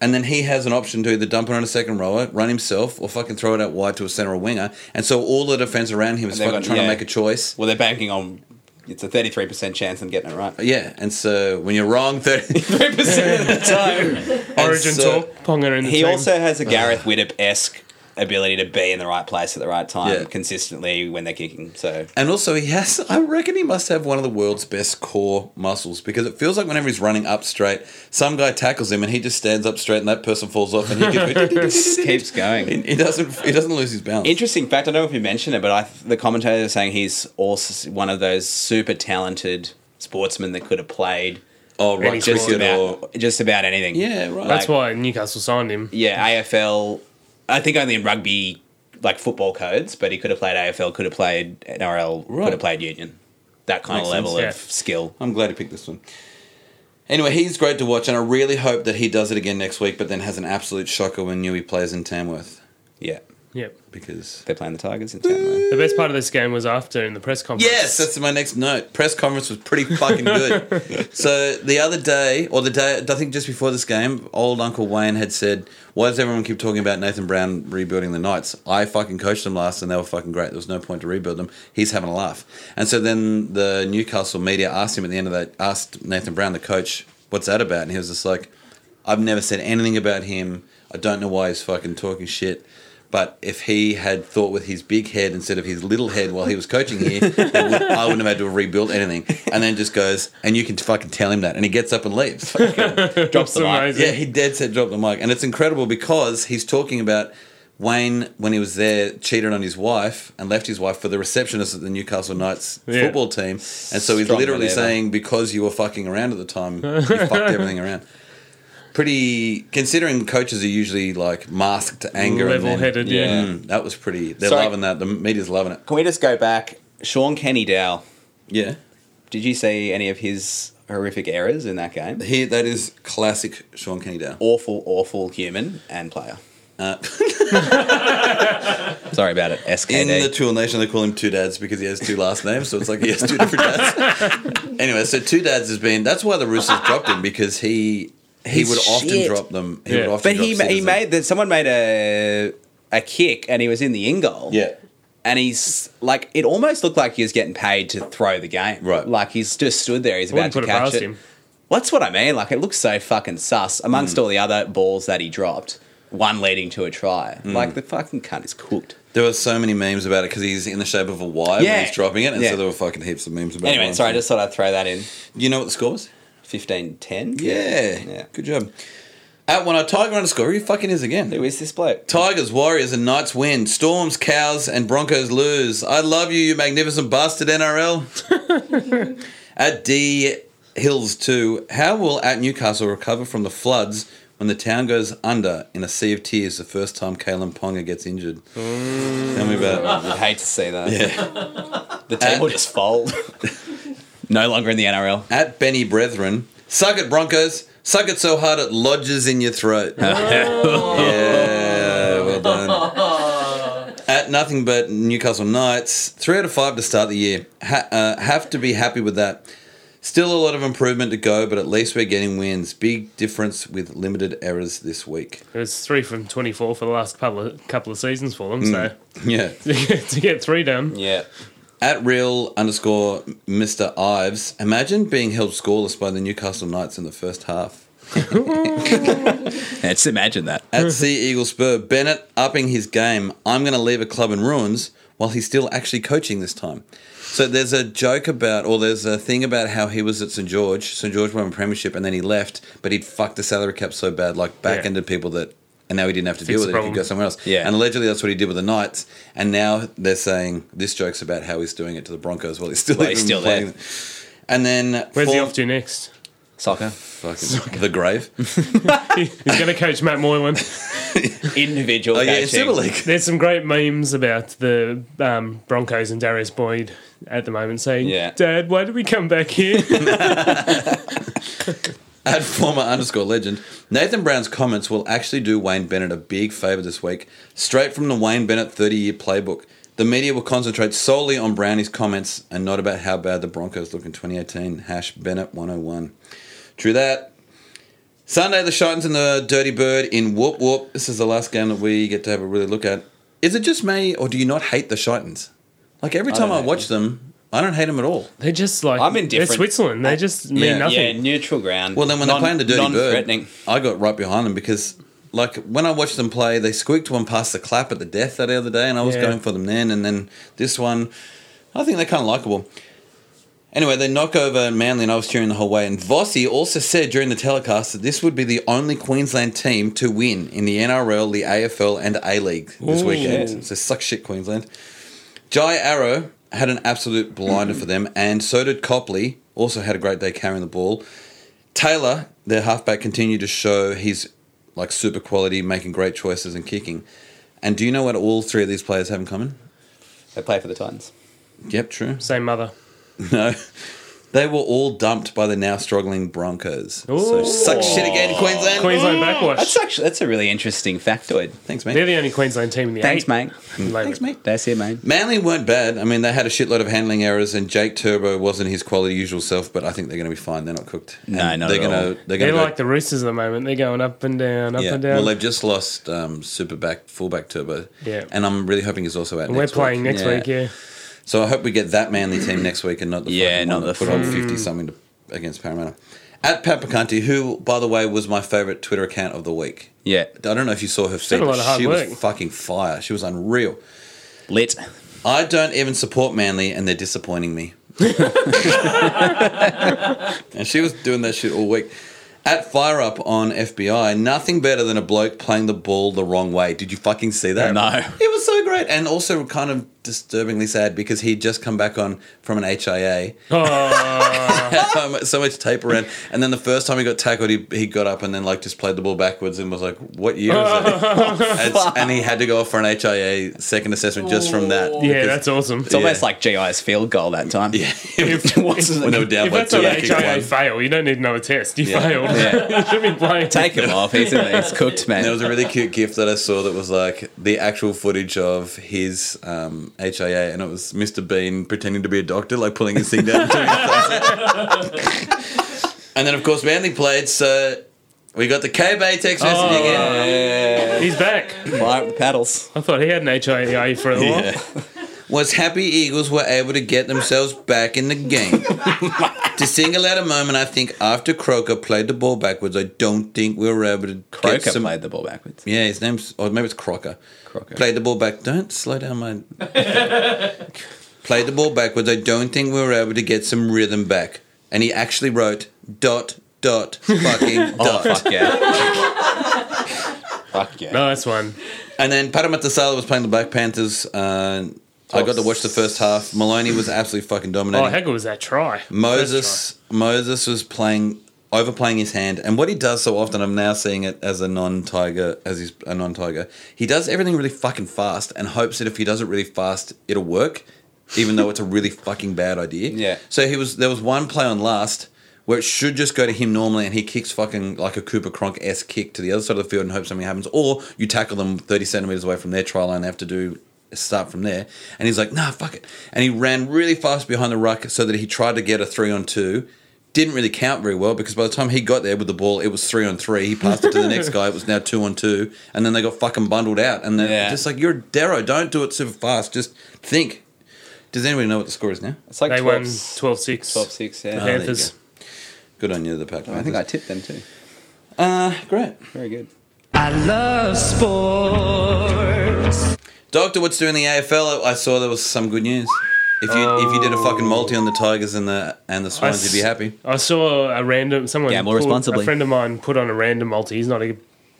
and then he has an option to either dump it on a second rower, run himself, or fucking throw it out wide to a centre or winger. And so all the defence around him is they've fucking got- trying yeah. to make a choice. Well, they're banking on it's a 33% chance of getting it right. Yeah, and so when you're wrong, thirty. 3% of the time. and Origin so- talk. Ponga in the uh, He team. also has a Gareth Widdop esque ability to be in the right place at the right time Yeah. consistently when they're kicking. So And also, he has, I reckon he must have one of the world's best core muscles because it feels like whenever he's running up straight, some guy tackles him and he just stands up straight and that person falls off and he just keeps going. He doesn't, he doesn't lose his balance. Interesting fact. I don't know if you mentioned it, but I, the commentators are saying he's also one of those super talented sportsmen that could have played oh, Any right, just cricket about or. just about anything. Yeah, right. like- That's why Newcastle signed him. yeah, AFL. I think only in rugby, like football codes, but he could have played AFL, could have played NRL, Right. could have played Union. That kind Makes of sense, level yeah. of skill. I'm glad he picked this one. Anyway, he's great to watch and I really hope that he does it again next week, but then has an absolute shocker when Newey plays in Tamworth Yeah, Yep. because. they're playing the Tigers in Tamworth. The best part of this game was after in the press conference. Yes, that's my next note. Press conference was pretty fucking good. so the other day, or the day, I think just before this game, old Uncle Wayne had said, "Why does everyone keep talking about Nathan Brown rebuilding the Knights? I fucking coached them last, and they were fucking great. There was no point to rebuild them. He's having a laugh." And so then the Newcastle media asked him at the end of that, asked Nathan Brown, the coach, "What's that about?" And he was just like, "I've never said anything about him. I don't know why he's fucking talking shit." But if he had thought with his big head instead of his little head while he was coaching here, it would, I wouldn't have had to have rebuilt anything. And then just goes, and you can fucking tell him that. And he gets up and leaves. Drops the It's mic. amazing. yeah, he dead set dropped the mic. And it's incredible because he's talking about Wayne, when he was there, cheated on his wife and left his wife for the receptionist at the Newcastle Knights Yeah. football team. And so he's Stronger literally than ever. saying, because you were fucking around at the time, you fucked everything around. Pretty, considering coaches are usually like masked anger and then- Level-headed, yeah. Yeah. Mm, that was pretty. They're Sorry. loving that. The media's loving it. Can we just go back? Sean Kenny Dow. Yeah. Did you see any of his horrific errors in that game? He, that is classic Sean Kenny Dow. Awful, awful human and player. Uh, Sorry about it. in SKD. the Tool Nation, they call him Two Dads because he has two last names, so it's like he has two different dads. anyway, so Two Dads has been. That's why the Roosters dropped him because he he He's would often shit. drop them. He Yeah. would often but he drop he Citizen. made that someone made a a kick and he was in the in goal. yeah. And he's like, it almost looked like he was getting paid to throw the game. Right. Like he's just stood there. He's I wouldn't about to put it catch past it. him. Well, that's what I mean. Like it looks so fucking sus amongst Hmm. all the other balls that he dropped. One leading to a try. Hmm. Like the fucking cunt is cooked. There were so many memes about it because he's in the shape of a Y when Yeah. he's dropping it, and Yeah. so there were fucking heaps of memes about it. Anyway, sorry, I just thought I'd throw that in. you know what the score was? Fifteen ten. Yeah. Yeah. Good job. At one, our Tiger underscore. Who fucking is again? Who is this bloke? Tigers, Warriors, and Knights win. Storms, Cows, and Broncos lose. I love you, you magnificent bastard NRL. at D Hills 2, how will at Newcastle recover from the floods when the town goes under in a sea of tears the first time Kalen Ponga gets injured? Tell me about it. I hate to see that. Yeah. The team Uh, will just fold. no longer in the NRL. At Benny Brethren, suck it, Broncos. Suck it so hard it lodges in your throat. yeah, well done. At nothing but Newcastle Knights, three out of five to start the year. Ha- uh, have to be happy with that. Still a lot of improvement to go, but at least we're getting wins. Big difference with limited errors this week. It was three from 24 for the last couple of, couple of seasons for them, so Yeah. Mm. to get three done. Yeah. At real underscore Mr. Ives, imagine being held scoreless by the Newcastle Knights in the first half. Let's imagine that. At Sea Eagle Spur, Bennett upping his game. I'm going to leave a club in ruins while he's still actually coaching this time. So there's a joke about, or there's a thing about how he was at St George. St George won a premiership and then he left, but he'd fucked the salary cap so bad, like back Yeah. ended people that, and now he didn't have to Fix deal with the it. He could go problem. somewhere else. Yeah. And allegedly that's what he did with the Knights. And now they're saying this joke's about how he's doing it to the Broncos while he's still, While he's even still playing. there. And then Where's he four- off to next? Soccer. Fucking the grave. He's going to coach Matt Moylan. Individual. Oh yeah, in coaching. Super League. There's some great memes about the um, Broncos and Darius Boyd at the moment saying, Yeah. Dad, why did we come back here? At former underscore legend, Nathan Brown's comments will actually do Wayne Bennett a big favour this week. Straight from the Wayne Bennett 30 year playbook. The media will concentrate solely on Brownie's comments and not about how bad the Broncos look in 2018. Hash Bennett 101. True that. Sunday, the Shitans and the Dirty Bird in Whoop Whoop. This is the last game that we get to have a really look at. Is it just me, or do you not hate the Shitans? Like every time I, hate watch them, I don't hate them at all. They're just like, I'm they're indifferent. Switzerland. They just mean Uh, Yeah. Yeah, nothing. neutral ground. Well, then when Non- they're playing the Dirty non-threatening. Bird, I got right behind them because, like, when I watched them play, they squeaked one past the clap at the death that other day, and I was Yeah. going for them then. And then this one, I think they're kind of likable. Anyway, they knock over Manly, and I was cheering the whole way. And Vossi also said during the telecast that this would be the only Queensland team to win in the NRL, the AFL, and A League this Ooh. weekend. So suck shit, Queensland. Jai Arrow had an absolute blinder for them, and so did Copley. Also had a great day carrying the ball. Taylor, their halfback, continued to show his like super quality, making great choices and kicking. And do you know what all three of these players have in common? They play for the Titans. Yep, true. Same mother. No. They were all dumped by the now struggling Broncos. So Ooh. suck shit again, Queensland. Queensland backwash. That's actually that's a really interesting factoid. Thanks, They're mate. the only Queensland team in the Thanks, eight. mate. Love Thanks, it. mate. That's it, mate. Manly weren't bad. I mean, they had a shitload of handling errors, and Jake Turbo wasn't his quality usual self. But I think they're going to be fine. They're not cooked. No, And not they're at gonna, all. They're going They're to go like the Roosters at the moment. They're going up and down, up Yeah. and down. Well, they've just lost um, super back fullback Turbo. Yeah. And I'm really hoping he's also out. and we're next playing week. next Yeah. week, yeah. So I hope we get that manly team next week and not the Yeah, fucking not one the that put on fifty something to, against Parramatta. At Papacanti, who by the way was my favourite Twitter account of the week. Yeah, I don't know if you saw her feed. done a lot but of hard she work. was fucking fire. She was unreal. lit. I don't even support Manly, and they're disappointing me. and she was doing that shit all week. At Fire Up on FBI, nothing better than a bloke playing the ball the wrong way. Did you fucking see that? No. It was so great. And also kind of disturbingly sad because he'd just come back on from an HIA. so much- so much tape around. And then the first time he got tackled, he, he got up and then like just played the ball backwards and was like, "What year is it?" and, and he had to go off for an HIA second assessment just from that. Yeah, that's awesome. It's almost like GI's field goal that time. Yeah. If, What's when they were down If by that's two, an they kicked HIA one. E, fail, you don't need another test. You Yeah. failed. you should be playing. Take him off. He's, he's cooked, man. And there was a really cute gift that I saw that was like the actual footage of his um, HIA, and it was Mr. Bean pretending to be a doctor, like pulling his thing down. and doing his- and then, of course, Manly played, so we got the K Bay text message Oh. again. He's back. Fire up the paddles. I thought he had an HIA for a while. was happy Eagles were able to get themselves back in the game. to single out a moment, I think after Croker played the ball backwards, I don't think we were able to Croker get some. played the ball backwards. Yeah, his name's or maybe it's Crocker. Crocker. Played the ball back. Don't slow down my. played the ball backwards. I don't think we were able to get some rhythm back. And he actually wrote dot dot fucking Oh, dot. fuck yeah. fuck yeah. Nice one. And then Parramatta Sala was playing the Black Panthers. Uh, I got to watch the first half. Maloney was absolutely fucking Oh, dominating. how good was that try? First Moses Moses was playing overplaying his hand and what he does so often I'm now seeing it as a non-tiger as he's a non-tiger he does everything really fucking fast and hopes that if he does it really fast it'll work even though it's a really fucking bad idea Yeah. so he was there was one play on last where it should just go to him normally and he kicks fucking like a Cooper Cronk S kick to the other side of the field and hope something happens, or you tackle them 30 centimeters away from their try line, they have to do start from there. And he's like, nah, fuck it. And he ran really fast behind the ruck so that he tried to get a three on two. Didn't really count very well because by the time he got there with the ball, it was three on three. He passed it to the next guy. It was now two on two, and then they got fucking bundled out. And then Yeah. just like you're Darrow, don't do it super fast. Just think. Does anybody know what the score is now? It's like They 12, won 12, 12 6. 6, yeah. Oh, there you Panthers. go. Good on you, the pack. Uh, I think I tipped them too. great. Very good. Doctor, what's doing the AFL? I saw there was some good news. If you if you did a fucking multi on the Tigers and the and the I Swans, you'd be s- happy. I saw a random someone Gamble put- responsibly. A friend of mine put on a random multi. He's not a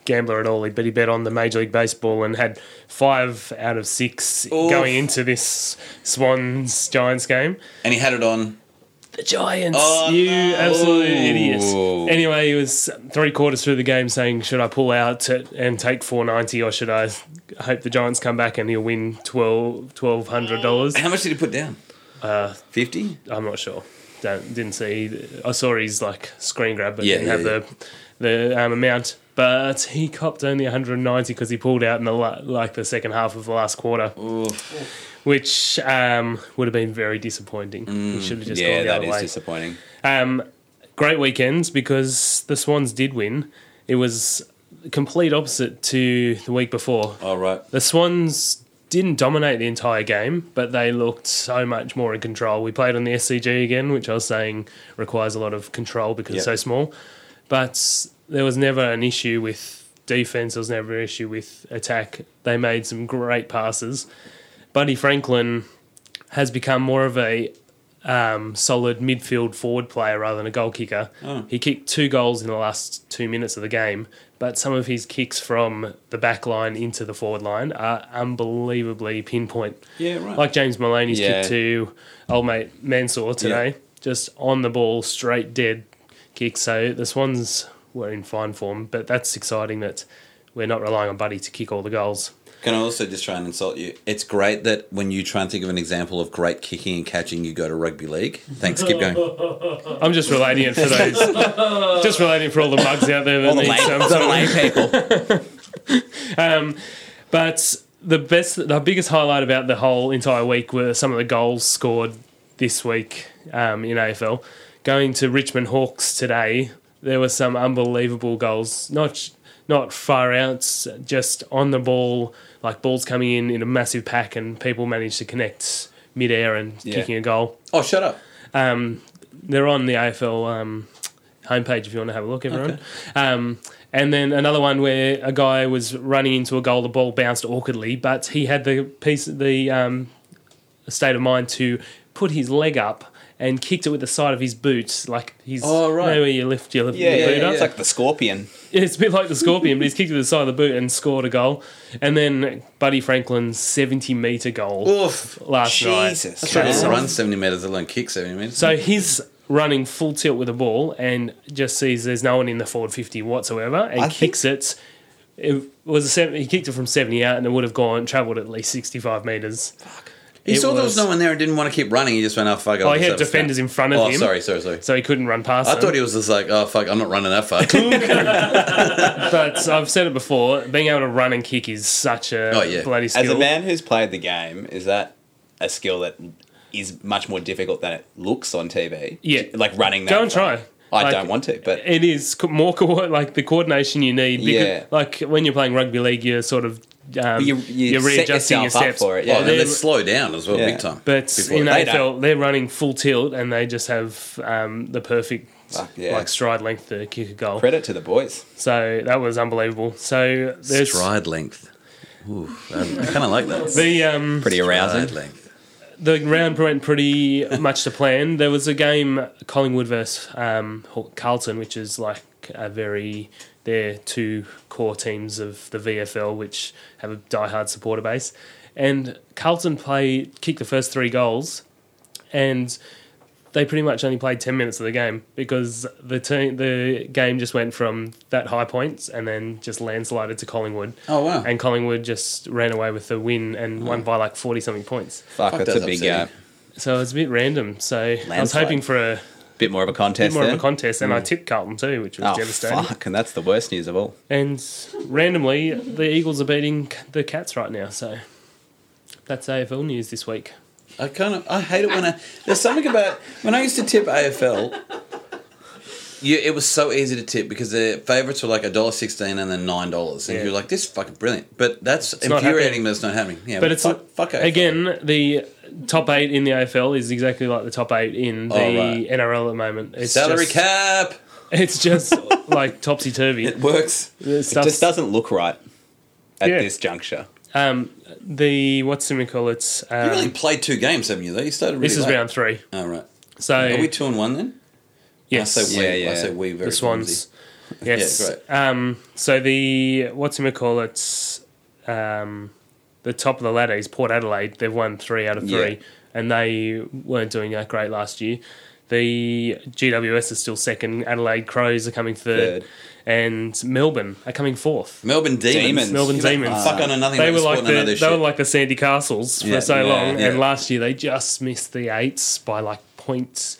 gambler at all, but he bet on the Major League Baseball and had five out of six Oof. going into this Swans Giants game. And he had it on. The Giants, Oh, you no. absolute idiots. Ooh. Anyway, he was three quarters through the game saying, "Should I pull out to, and take four ninety, or should I hope the Giants come back and he'll win twelve twelve hundred dollars?" How much did he put down? Uh, Fifty. I'm not sure. Don't, didn't see. I saw his like screen grab, but Yeah, didn't yeah, have the the um, amount. But he copped only 190 because he pulled out in the la- like the second half of the last quarter, which um, would have been very disappointing. he should have just Mm, yeah, gone the that other is way. disappointing. Um, great weekends because the Swans did win. It was complete opposite to the week before. All Oh, right. The Swans didn't dominate the entire game, but they looked so much more in control. We played on the SCG again, which I was saying requires a lot of control because it's Yeah. so small. But there was never an issue with defense. There was never an issue with attack. They made some great passes. Buddy Franklin has become more of a um, solid midfield forward player rather than a goal kicker. Oh. He kicked two goals in the last two minutes of the game, but some of his kicks from the back line into the forward line are unbelievably pinpoint. Yeah, right. Like James Maloney's Yeah. kick to old mate Mansour today, just on the ball, straight dead kick. So the Swans were in fine form, but that's exciting that we're not relying on Buddy to kick all the goals. Can I also just try and insult you? It's great that when you try and think of an example of great kicking and catching, you go to rugby league. Thanks. Keep going. I'm just relating it for those, just relating it for all the mugs out there that The need lay, some the lay people. But the best, the biggest highlight about the whole entire week were some of the goals scored this week um, in AFL. Going to Richmond Hawks today, there were some unbelievable goals. Not not far out, just on the ball, like balls coming in in a massive pack, and people managed to connect mid-air and Yeah. kicking a goal. Oh, shut up. Um, they're on the AFL um, homepage if you want to have a look, everyone. Um, and then another one where a guy was running into a goal, the ball bounced awkwardly, but he had the piece, the um, state of mind to put his leg up and kicked it with the side of his boot, like he's Oh, right. you know where you lift your, Yeah, your yeah, boot yeah, up. It's like the scorpion. Yeah, it's a bit like the Scorpion, but he's kicked it with the side of the boot and scored a goal. And then Buddy Franklin's seventy meter goal Oof. last night. Jesus. Try man. to run seventy meters, let alone kick seventy meters. So he's running full tilt with the ball and just sees there's no one in the forward 50 whatsoever and I think- kicks it. It was a seven, he kicked it from 70 out and it would have gone travelled at least 65 metres. he it saw there was was- no one there and didn't want to keep running. He just went, "Oh fuck!" I'll Oh, he just had have a snap." defenders in front of oh, him. sorry, sorry, sorry. So he couldn't run past. I thought them. he was just like, "Oh fuck, I'm not running that far." but I've said it before. Being able to run and kick is such a Oh, yeah. bloody skill. As a man who's played the game, is that a skill that is much more difficult than it looks on TV? Yeah. Like running that. Don't far. try. I Like- eh, don't want to, but it is co- more co- like the coordination you need. Because, Yeah. Like when you're playing rugby league, you're sort of um, You- you, you are set readjusting your yourself up steps for it, yeah. Oh, and they're- they slow down as well, Yeah. big time. But Before in they- they AFL, they're running full tilt and they just have um, the perfect Fuck, yeah. like stride length to kick a goal. credit to the boys. So that was unbelievable. So there's stride length. Ooh, I, I kind of like that. the um, Pretty Stride arousing. length. the round went pretty much to plan. There was a game Collingwood versus um, Carlton, which is like a very they're two core teams of the VFL, which have a diehard supporter base. And Carlton play kicked the first three goals, and they pretty much only played 10 minutes of the game because the team, the game just went from that high points and then just landslided to Collingwood. Oh, wow. And Collingwood just ran away with the win and won by like 40 something points. Fuck, that's a that's big uh, upsetting. gap. So it's a bit random. So I was Landslide. hoping for a bit more of a contest more there. of a contest, and I Mm. tipped Carlton too, which was oh, devastating. fuck. And that's the worst news of all. And randomly, the Eagles are beating the Cats right now. So that's AFL news this week. I kind of I hate it when I there's something about when I used to tip AFL. You, it was so easy to tip because their favourites were like a dollar sixteen and then nine dollars, and Yeah. you're like, "This is fucking brilliant." But that's not infuriating happening. that it's not happening. Yeah, But it's fuck, fuck AFL. again the top eight in the AFL is exactly like the top eight in the Oh, right. NRL at the moment. It's salary just, cap It's just like topsy turvy. works. It just doesn't look right at Yeah. this juncture. Um, the what's it call it? Um, You really played two games, haven't you? Though you started. Really this is late. round three. All right. So Are we Ah, two and one then? yes, I say we. Yeah, I yeah. say we. Very the Swans. Yes. Yeah, great. Um, so the what's him call it's um, the top of the ladder is Port Adelaide. They've won three out of three, Yeah. and they weren't doing that great last year. The GWS is still second. Adelaide Crows are coming third, Third. and Melbourne are coming fourth. Melbourne Demons. Demons. Melbourne You know, Demons. Fuck, I know nothing They about were sport like and I know the this they were shit. like the Sandy Castles for Yeah, so yeah, long, yeah. and last year they just missed the eights by like point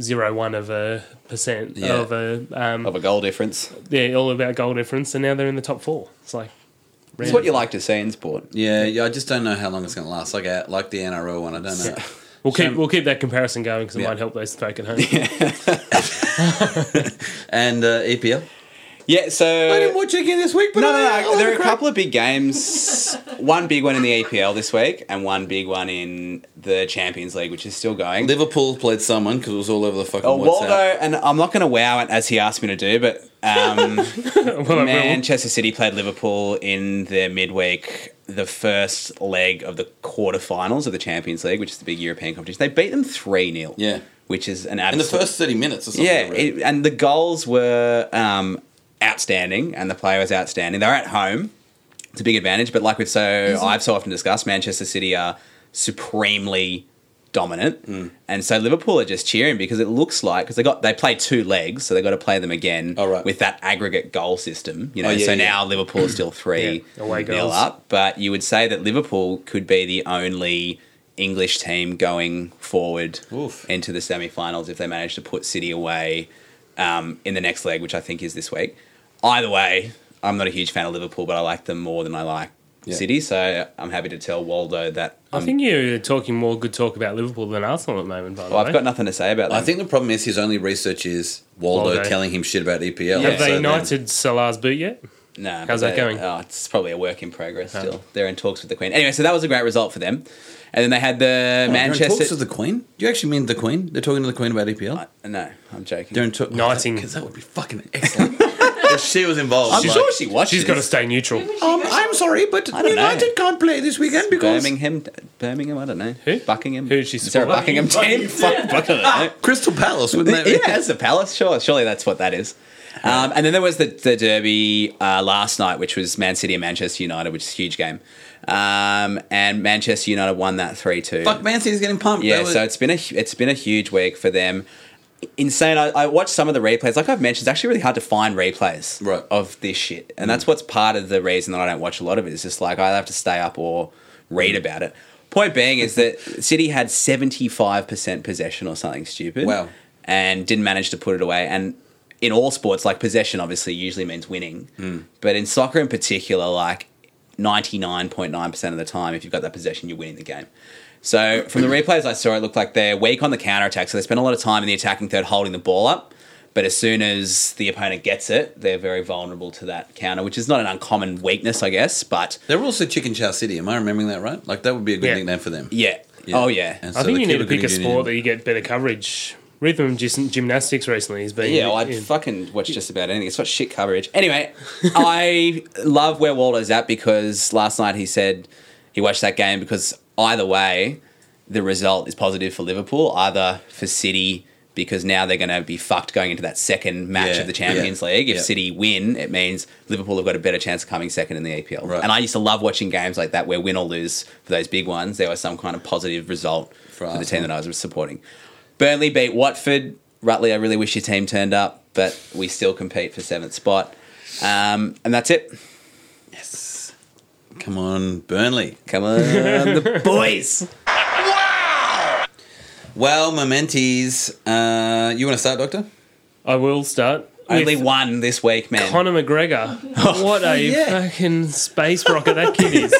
zero one of a percent Yeah. of a um, Of a goal difference. yeah, all about goal difference, and now they're in the top four. It's like It's what you like to see in sport. Yeah, yeah. I just don't know how long it's going to last. Like, uh, like the NRL one, I don't know. we'll keep we'll keep that comparison going because it Yeah. might help those folk at home. And uh, EPL. Yeah, so. watch it again this week, but No, no, no. There are a couple of big games. one big one in the EPL this week, and one big one in the Champions League, which is still going. Liverpool played someone because it was all over the fucking Oh, WhatsApp. Waldo, and I'm not going to wow it as he asked me to do, but um, Well, I will. Manchester City played Liverpool in their midweek, the first leg of the quarterfinals of the Champions League, which is the big European competition. They beat them 3 0. Yeah. Which is an In the absolute. first thirty minutes, or something. I Yeah, read. it, and the goals were um, outstanding, and the play was outstanding. They were at home; it's a big advantage. But like we've so Mm-hmm. I've so often discussed, Manchester City are supremely dominant, Mm. and so Liverpool are just cheering because it looks like because they got they play two legs, so they got to play them again Oh, right. with that aggregate goal system. You know, Oh, yeah, so yeah. now Liverpool is still three Yeah, away nil goals. up, but you would say that Liverpool could be the only. English team going forward Oof. into the semi-finals if they manage to put City away um, in the next leg, which I think is this week. Either way, I'm not a huge fan of Liverpool, but I like them more than I like Yeah. City, so I'm happy to tell Waldo that um, I I'm, think you're talking more good talk about Liverpool than Arsenal at the moment. By the Oh, well, way, I've got nothing to say about I that. think the problem is his only research is Waldo, Waldo. telling him shit about EPL. have Yeah, they so knighted Salah's boot yet? No, How's but that they- going? Oh, it's probably a work in progress still. They're in talks with the Queen. Anyway, so that was a great result for them. And then they had the then- Oh, They're in Manchester. talks to the Queen. Do you actually mean the Queen? They're talking to the Queen about EPL. no, I'm joking. They're in talk- Knighting. because that would be fucking excellent. if she was involved, I'm like- sure she watches. She's got to stay neutral. Um, I'm sorry, but don't know. United can't play this weekend because Birmingham, Birmingham. I don't know Who? Buckingham. Who did she Is there a support? Buckingham team? Fuck, Buckingham. I don't know. Crystal Palace, wouldn't that? be? yeah, that's the palace. Sure, surely that's what that is. Um, and then there was the, the derby uh, last night, which was Man City and Manchester United, which is a huge game. Um, and Manchester United won that three two. Fuck, Man City's getting pumped. Yeah, That was- so it's been a hu- it's been a huge week for them. Insane. I, I watched some of the replays. Like I've mentioned, it's actually really hard to find replays Right. Mm. of this shit, and that's what's part of the reason that I don't watch a lot of it. It's just like I have to stay up or Mm. read about it. Point being is that City had seventy five percent possession or something stupid. Wow. And didn't manage to put it away. And in all sports, like possession obviously usually means winning, but in soccer in particular, like ninety nine point nine percent of the time, if you've got that possession, you're winning the game. So from the replays I saw, it looked like they're weak on the counter attack. So they spend a lot of time in the attacking third holding the ball up. But as soon as the opponent gets it, they're very vulnerable to that counter, which is not an uncommon weakness, I guess. But They're also Chicken Chow City. Am I remembering that right? Like that would be a good Yeah. nickname for them. yeah. Oh, yeah. And I so think they you need to keep pick a good sport that union. you get better coverage. Rhythm gys- gymnastics recently has been Yeah, well, I'd in- fucking watch just about anything. It's got shit coverage. Anyway, I love where Waldo's at because last night he said he watched that game because either way, the result is positive for Liverpool, either for City because now they're going to be fucked going into that second match Yeah, of the Champions yeah, League. If yeah. City win, it means Liverpool have got a better chance of coming second in the APL. Right. And I used to love watching games like that where win or lose for those big ones, there was some kind of positive result for, the team Arsenal. that I was supporting. Burnley beat Watford. Rutley, I really wish your team turned up, but we still compete for seventh spot. Um, and that's it. Come on, Burnley. Come on, the boys. Well, mementees. Uh, you want to start, Doctor? I will start. Only with one this week, man. Conor McGregor. what a yeah. fucking space rocket that kid is.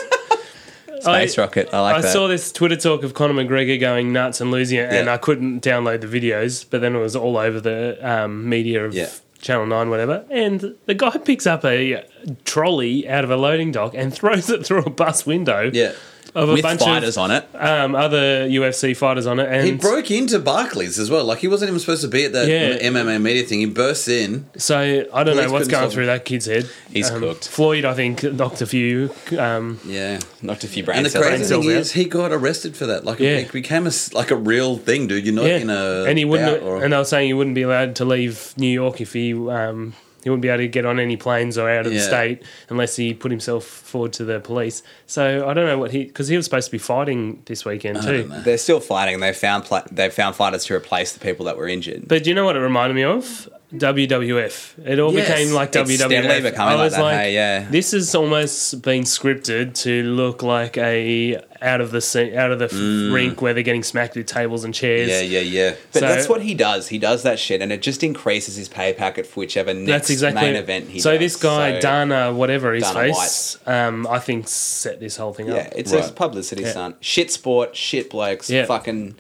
Space rocket. I like I that. saw this Twitter talk of Conor McGregor going nuts and losing it, and Yeah. I couldn't download the videos. But then it was all over the um, media of Yeah. Channel Nine, whatever. And the guy picks up a uh, trolley out of a loading dock and throws it through a bus window Yeah. of a with bunch fighters of on it. um, other UFC fighters on it. And He broke into Barclays as well. Like he wasn't even supposed to be at that Yeah. MMA media thing. He bursts in. So I Police don't know couldn't what's going solve through it. that kid's head. He's Um, cooked. Floyd, I think, knocked a few. Um, Yeah. Knocked a few brain And the cells out. crazy thing cells out. is, he got arrested for that. Like Yeah. it became a s like a real thing, dude. You're not yeah, in a and he wouldn't. bout or- and they were saying he wouldn't be allowed to leave New York if he um, he wouldn't be able to get on any planes or out of Yeah. the state unless he put himself forward to the police. So I don't know what he because he was supposed to be fighting this weekend too. They're still fighting. They found pla- they found fighters to replace the people that were injured. But do you know what it reminded me of? WWF. It all Yes. became like It's WWF. steadily becoming like that, hey, yeah. this has almost been scripted to look like a out of the scene, out of the f- rink where they're getting smacked with tables and chairs. Mm. yeah, yeah, yeah. But So- that's what he does. He does that shit, and it just increases his pay packet for whichever next That's exactly main event he So does. this guy So, Dana, whatever his Dana face, um, I think set this whole thing Yeah, up. it's a Right. publicity Yeah. stunt. Shit sport, shit blokes, Yeah. fucking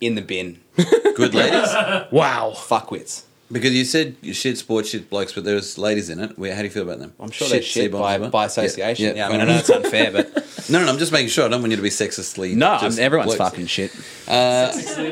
in the bin. Good ladies. wow. Fuckwits. Because you said shit sports, shit blokes, but there was ladies in it. Where, how do you feel about them? I'm sure they're shit C-bombs as by, well? by Yeah, association. Yeah, I mean, I fine. know it's unfair, but No, no, no, I'm just making sure. I don't want you to be sexistly. no, I'm- just everyone's blokes. fucking shit.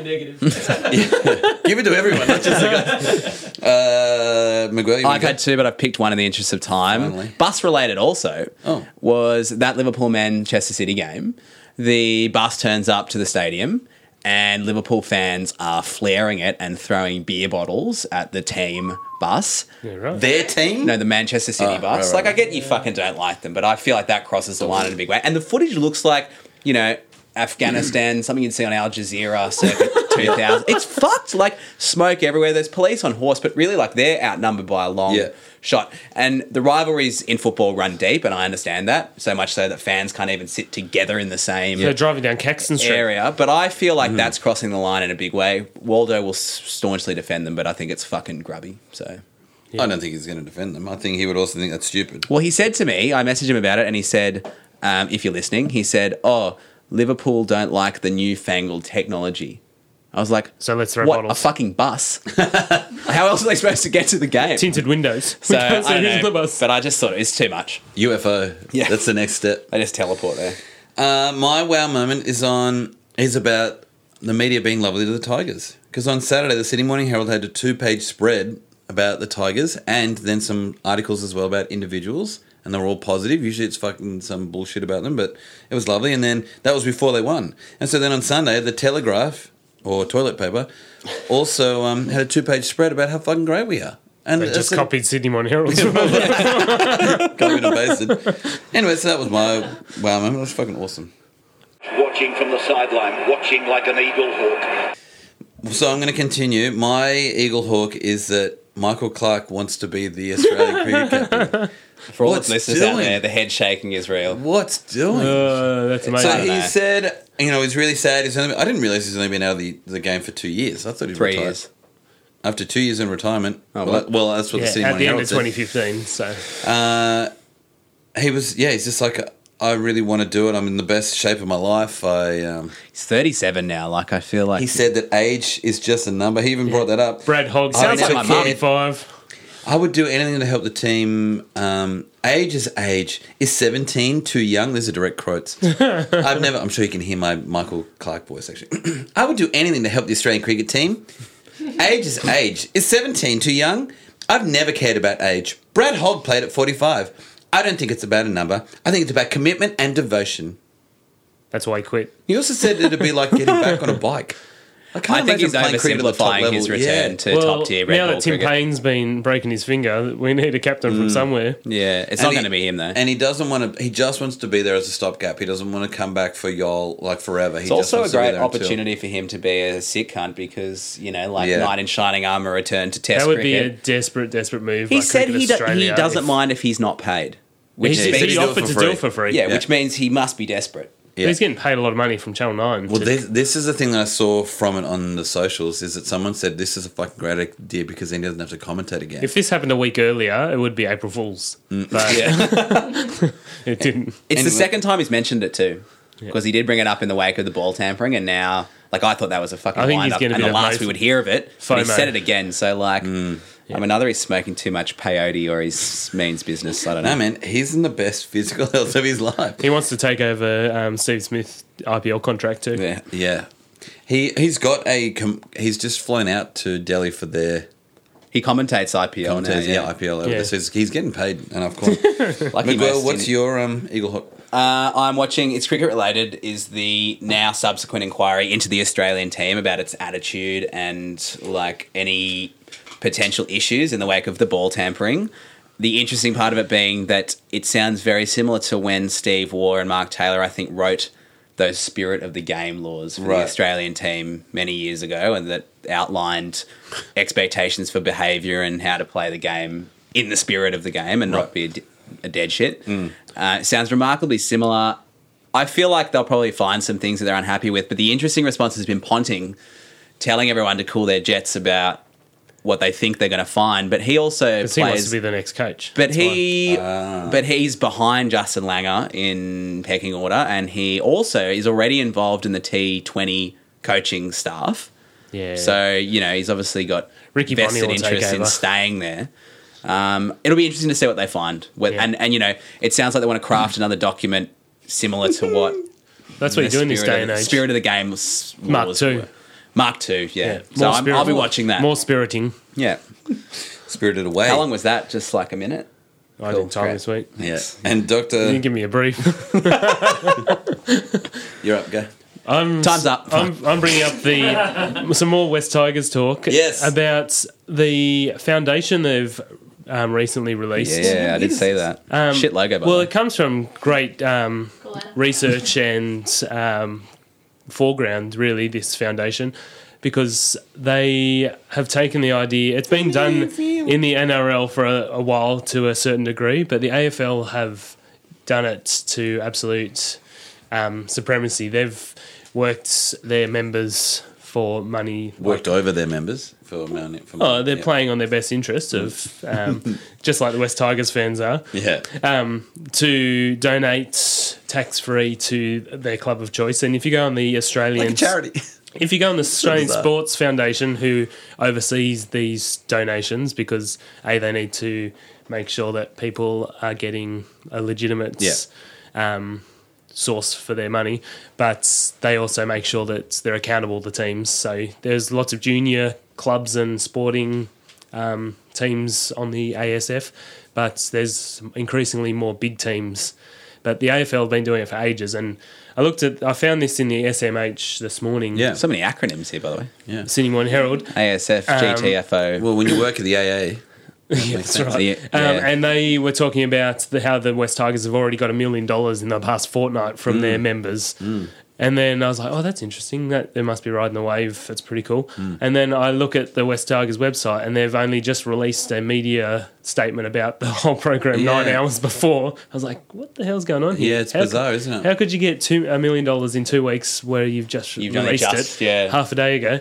Give it to everyone, not just the guys. Uh, Miguel, you wanna I've go? had two, but I've picked one in the interest of time. Finally. Bus related also Oh. was that Liverpool Manchester City game. The bus turns up to the stadium, and Liverpool fans are flaring it and throwing beer bottles at the team bus. Yeah, right. their team. No, the Manchester City Oh, right, bus. right, like, I right. get you fucking don't like them, but I feel like that crosses the line in a big way. And the footage looks like, you know, Afghanistan, something you'd see on Al Jazeera circa 2000. It's fucked. Like, smoke everywhere. There's police on horse, but really, like, they're outnumbered by a long Yeah. shot. And the rivalries in football run deep, and I understand that. So much so that fans can't even sit together in the same They're driving down Caxton Street. area. But I feel like Mm. that's crossing the line in a big way. Waldo will s- staunchly defend them, but I think it's fucking grubby. So. I don't think he's going to defend them. I think he would also think that's stupid. Well, he said to me, I messaged him about it, and he said, um, if you're listening, he said, oh, Liverpool don't like the newfangled technology. I was like, So let's throw what, bottles. a fucking bus? How else are they supposed to get to the game? Tinted windows. so, Windows I that don't hit know, the bus. but I just thought it was too much. UFO. Yeah. that's the next step. They just teleport there. Uh, my wow moment is on is about the media being lovely to the Tigers because on Saturday the Sydney Morning Herald had a two-page spread about the Tigers and then some articles as well about individuals and they were all positive. Usually it's fucking some bullshit about them, but it was lovely. And then that was before they won. And so then on Sunday the Telegraph or toilet paper also um, had a two-page spread about how fucking great we are. And They just it's a- copied Sydney Morning Herald. copied and pasted. Anyway, so that was my wow moment. It was fucking awesome. watching from the sideline, watching like an eagle hawk. So I'm going to continue. My eagle hawk is that Michael Clark wants to be the Australian cricket captain. For all What's the listeners out doing? there, the head shaking is real. What's doing? Uh, that's amazing. so he know. said, you know, he's really sad. He's only, I didn't realize he's only been out of the, the game for two years. I thought he'd Three retired. years. After two years in retirement. Oh, well, what? that- well, that's what the City yeah, at Morning the end Herald of said. 2015. So He was, yeah, he's just like, I really want to do it. I'm in the best shape of my life. I. Um, He's 37 now. Like, I feel like. he said that age is just a number. He even brought that up. Brad Hogg Oh, I sounds never like cared. 45. I would do anything to help the team. Um, age is age. Is 17 too young? These are direct quotes. I've never, I'm sure you can hear my Michael Clark voice actually. I would do anything to help the Australian cricket team. Age is age. Is 17 too young? I've never cared about age. Brad Hogg played at 45. I don't think it's about a number. I think it's about commitment and devotion. That's why he quit. He also said it'd be like getting back on a bike. I, can't I think imagine he's playing cricket at the top oversimplifying his level. Yeah. return to top tier Red now Bull Mm. that Tim cricket. Payne's been breaking his finger, we need a captain from somewhere. yeah, it's And not he- going to be him, though. And he doesn't want to. He just wants to be there as a stopgap. He doesn't want to come back for y'all like forever. He It's also a wants to be great there until- opportunity for him to be a sick cunt because you know, like Yeah. knight in shining armor, return to Test That would be a cricket. desperate, desperate move. he by said Cricket he, do- he Australia doesn't if- mind if he's not paid, which He, said means He he do it offered for to do free. it for free. yeah, Yeah. which means he must be desperate. Yeah. He's getting paid a lot of money from Channel Nine. Well, to- this, this is the thing that I saw from it on the socials is that someone said this is a fucking great idea because then he doesn't have to commentate again. if this happened a week earlier, it would be April Fools. Mm. But it didn't. It's the Anyway. second time he's mentioned it too, because he did bring it up in the wake of the ball tampering, and now like I thought that was a fucking I think he's lineup, gonna and be the that last most- we would hear of it, but he FOMO. said it again. So like, I'm another he's smoking too much peyote or he's means business. I don't know. no, man, he's in the best physical health of his life. He wants to take over um, Steve Smith's IPL contract too. yeah. Yeah, he he's got a com- he's just flown out to Delhi for their He commentates IPL now, commentators, yeah. Oh, yeah. IPL. Yeah. Yeah. he's, he's getting paid enough. Coin. Like he Miguel, most what's in- your um, Eagle Hot? Uh, I'm watching. It's cricket related. Is the now subsequent inquiry into the Australian team about its attitude and like any potential issues in the wake of the ball tampering. The interesting part of it being that it sounds very similar to when Steve Waugh and Mark Taylor, I think, wrote those spirit of the game laws for the Right. Australian team many years ago, and that outlined expectations for behaviour and how to play the game in the spirit of the game and not Right. be a, d- a dead shit. Uh, it sounds remarkably similar. I feel like they'll probably find some things that they're unhappy with, but the interesting response has been Ponting telling everyone to cool their jets about what they think they're going to find, but he also Because he wants plays. to be the next coach. But he, uh, but he's behind Justin Langer in pecking order, and he also is already involved in the T Twenty coaching staff. yeah. So you know he's obviously got Ricky Bonney vested will take interest in over. staying there. Um, it'll be interesting to see what they find. What- Yeah. And and you know it sounds like they want to craft another document similar to what that's what you do in this spirit day of and the- age. Spirit of the game, was- what Mark was two. it? Mark two, yeah. Yeah. So More I'm, I'll be spirit- watching that. More spiriting. yeah. Spirited Away. How long was that? Just like a minute. I Cool, did time great. this week. You Yeah, and Doctor, can give me a brief. you're up. Go. I'm Time's up. I'm, I'm bringing up the some more West Tigers talk. Yes. about the foundation they've um, recently released. Yeah, I did say that. Um, Shit logo. By Well, well, it comes from great um, research and um, foreground, really, this foundation, because they have taken the idea. It's been done in the NRL for a, a while to a certain degree, but the AFL have done it to absolute um, supremacy. They've worked their members for money. like- Worked over their members for Mount. For Oh, they're yeah. playing on their best interest of, um, just like the West Tigers fans are Yeah, um, to donate tax free to their club of choice. And if you go on the Australian like a charity. if you go on the Australian bizarre. Sports Foundation, who oversees these donations, because a they need to make sure that people are getting a legitimate Yeah. um, source for their money, but they also make sure that they're accountable to teams. So there's lots of junior clubs and sporting um, teams on the ASF, but there's increasingly more big teams. But the AFL have been doing it for ages, and I looked at, I found this in the SMH this morning. Yeah. so many acronyms here, by the way. Yeah. Sydney Morning Herald. ASF, GTFO. Well, when you work at the AA, Um, That's right. Yeah, Um, yeah. And they were talking about the, how the West Tigers have already got a million dollars in the past fortnight Mm. from their members. And then I was like, oh, that's interesting. That they must be riding the wave. That's pretty cool. Mm. And then I look at the West Tigers website, and they've only just released a media statement about the whole program nine Yeah. hours before. I was like, what the hell's going on here? Yeah, it's How could- bizarre, isn't it? How could you get two a million dollars in two weeks where you've just You've only released just, it yeah. half a day ago?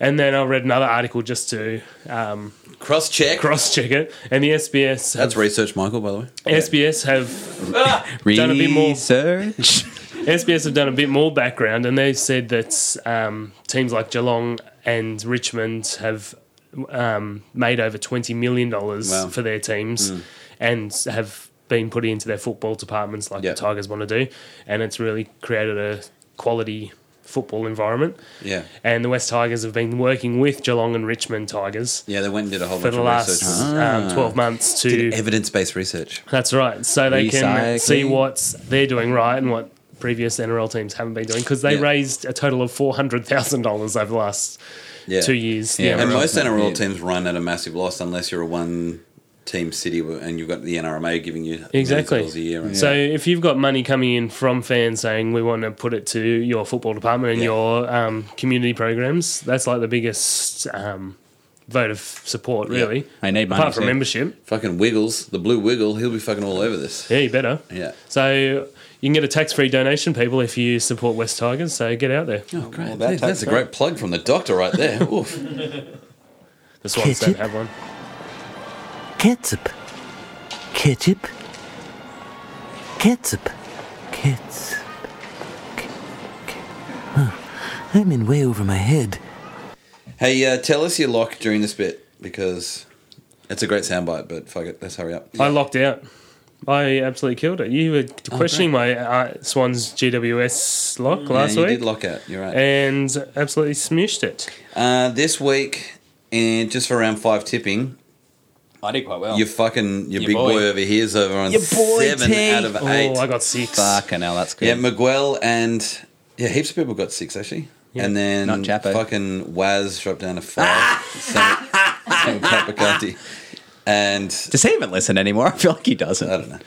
And then I read another article just to um, cross check. cross check it, and the SBS have That's research, Michael. By the way, SBS have done a bit more. Research. SBS have done a bit more background, and they've said that um, teams like Geelong and Richmond have um, made over twenty million dollars Wow. Hmm. for their teams, and have been put into their football departments like Yeah. the Tigers want to do, and it's really created a quality football environment. yeah, And the West Tigers have been working with Geelong and Richmond Tigers yeah, they went and did a whole for bunch the of last research. Ah. on um, twelve months to it. Evidence-based research. That's right. So they can Recycling. see what they're doing right and what previous NRL teams haven't been doing because they Yeah. raised a total of four hundred thousand dollars over the last Yeah, two years. Yeah, Yeah, And Everyone's most not NRL big. teams run at a massive loss unless you're a one-team city w- and you've got the NRMA giving you millions of exactly. dollars a year. And So if you've got money coming in from fans saying we want to put it to your football department and Yeah. your um, community programs, that's like the biggest um, vote of support, really. I need money apart from too. membership. fucking Wiggles, the blue Wiggle, he'll be fucking all over this. Yeah, you better. Yeah. So You can get a tax free donation, people, if you support West Tigers. So get out there. Oh, great. Well, that That's- that's takes a great plug from the doctor right there. Oof. The Swans don't Ketchup. have one. Ketchup. Ketchup. Ketchup. Ketchup. Ke- ke- Huh. I'm in way over my head. Hey, uh, tell us your lock during this bit because it's a great soundbite, but fuck it, let's hurry up. I locked out. I absolutely killed it. You were questioning my uh, Swans GWS lock last yeah, you week did lock out, you're right. and absolutely smushed it. Uh, this week, and just for round five tipping, I did quite well. Oh. your fucking your, Your big boy. boy. over here is over on seven out of Oh, eight. I got six. fucking hell, that's good. yeah, Miguel and yeah, heaps of people got six actually. And then Not Chapo. fucking Waz dropped down to five. Same- same Capricanti. And Does he even listen anymore? I feel like he doesn't. I don't know.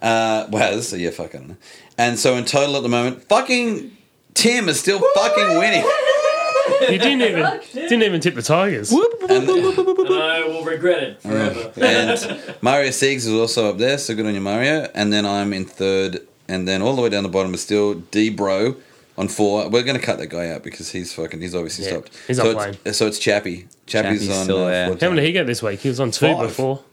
Uh, Waz, so yeah, fucking. And so in total at the moment, fucking Tim is still fucking winning. You didn't even didn't even tip the Tigers. And, And I will regret it forever. and Mario Siegs is also up there, so good on you, Mario. And then I'm in third, and then all the way down the bottom is still D Bro on four. We're gonna cut that guy out because he's fucking. He's obviously Yeah, stopped. he's so not it's, playing. So it's Chappie. Chappie's, Chappie's on. uh, still there. fourteen. How many did he get this week? He was on two Five. before.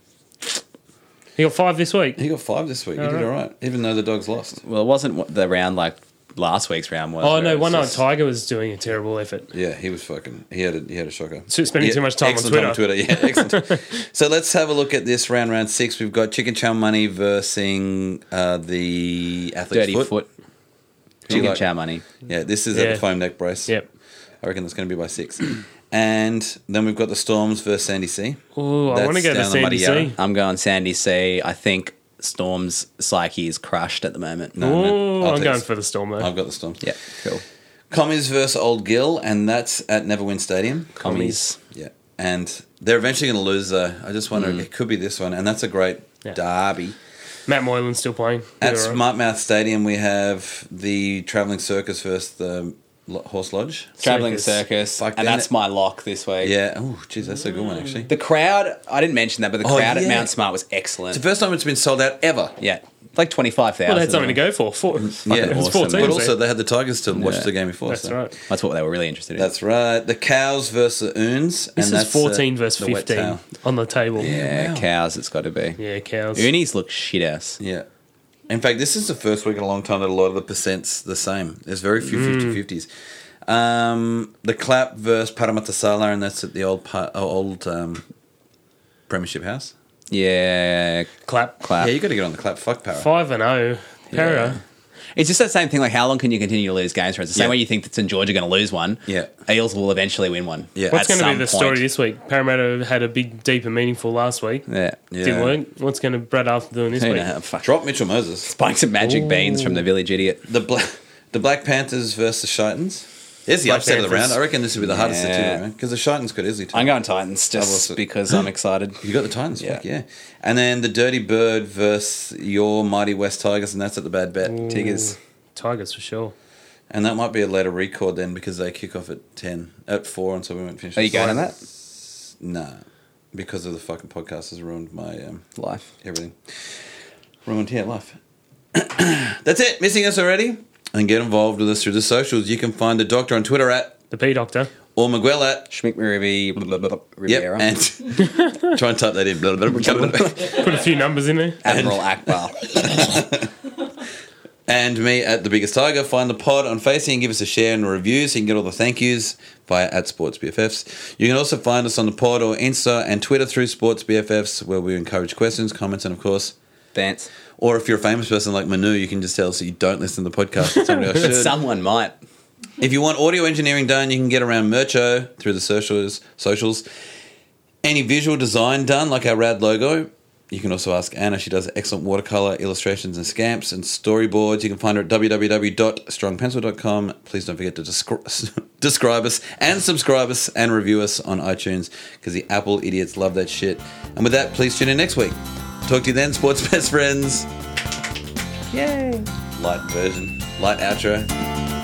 He got five this week. He got five this week. he did Alright. all right, even though the dogs lost. Well, it wasn't what the round like last week's round was. Oh where no, it was one eyed just- Tiger was doing a terrible effort. Yeah, he was fucking. He had a, he had a shocker. So spending Yeah, too much time on excellent Twitter. Yeah, excellent. so let's have a look at this round. Round six. We've got Chicken Chow Money versus uh, the Athlete's Dirty Foot. foot. you Chicken like? chow money. Yeah, this is at Yeah. the foam neck brace. Yep. I reckon that's going to be by six. and then we've got the Storms versus Sandy C. Oh, I That's want to go to down the muddy CDC. yarra. I'm going Sandy C. I think Storm's psyche is crushed at the moment. No, no, Oh, I'll I'm take going this. for the Storm though. I've got the Storms. Yeah, cool. Commies versus Old Gill, and that's at Neverwin Stadium. Commies. Yeah. And they're eventually going to lose, though. I just wonder, it could be this one. And that's a great Yeah. derby. Matt Moylan's still playing. At He's alright. Smartmouth Stadium, we have the Travelling Circus versus the Lo- Horse Lodge. Traveling Circus. circus, Fuck, and then that's it- my lock this week. Yeah. Oh, geez, that's a good one, actually. The crowd, I didn't mention that, but the Oh, crowd yeah. at Mount Smart was excellent. It's the first time it's been sold out ever. yeah, like twenty five thousand. Well, they had something to go for. Four, Yeah, it was awesome. four teams. But also, there. they had the Tigers to watch Yeah. the game before. that's so. right. That's what they were really interested in. That's right. The cows versus the urns. This and is that's the- fourteen versus the wet fifteen towel. on the table. Yeah, yeah, wow. cows. It's got to be. cows. Unis look shit ass. Yeah. In fact, this is the first week in a long time that a lot of the percents the same. There's very few Mm. 50-50s. Um, the clap versus Parramatta Sala, and that's at the old pa- oh, old um, Premiership House. Yeah, Clap. clap. yeah, you got to get on the clap. Fuck Parra. Five and zero. Para. It's just that same thing. Like, how long can you continue to lose games? For it's the same Yeah. way you think that St George are going to lose one. Yeah. Eels will eventually win one. Yeah. What's at going to some be the point. story this week? Parramatta had a big, deep, and meaningful last week. Yeah. Yeah. Didn't work. What's going to Brad after doing this Who week? knows? Fuck. Drop Mitchell Moses. Spikes of magic beans from the village idiot. The Black the Black Panthers versus the Shitans. Here's the Black upset of the round. Panthers. I reckon this would be the hardest of the two, Yeah. right? Because the Shitans could easily. Take I'm going Titans lost it. just because I'm excited. You got the Titans, yeah. Yeah. Fuck yeah. And then the Dirty Bird versus your mighty West Tigers, and that's at the Bad Bet. Tigers. Tigers for sure. And that might be a later record then because they kick off at 10, at 4, and so we won't finish. Are you at going on five. that? Nah. Because of the fucking podcast has ruined my um, Life. everything. Ruined, yeah, life. That's it. Missing us already? And get involved with us through the socials. You can find the doctor on Twitter at The P Doctor. or Miguel at. Schmick Ruby blah, blah, blah, Yep, Riviera. and try and type that in. Blah, blah, blah, blah, blah. Put a few numbers in there. Admiral Akbar. and me at the biggest tiger. Find the pod on Facey and give us a share and a review so you can get all the thank yous via at Sports BFFs. You can also find us on the pod or Insta and Twitter through Sports BFFs, where we encourage questions, comments, and of course. Vance. Or if you're a famous person like Manu, you can just tell us that you don't listen to the podcast. and Somebody else But should. someone might. if you want audio engineering done, you can get around Mercho through the socials. Socials. Any visual design done, like our rad logo, you can also ask Anna. She does excellent watercolor illustrations and scamps and storyboards. You can find her at www.strongpencil.com. Please don't forget to descri- describe us and subscribe us and review us on iTunes because the Apple idiots love that shit. And with that, please tune in next week. Talk to you then, sports best friends. Yay! Light version, light outro.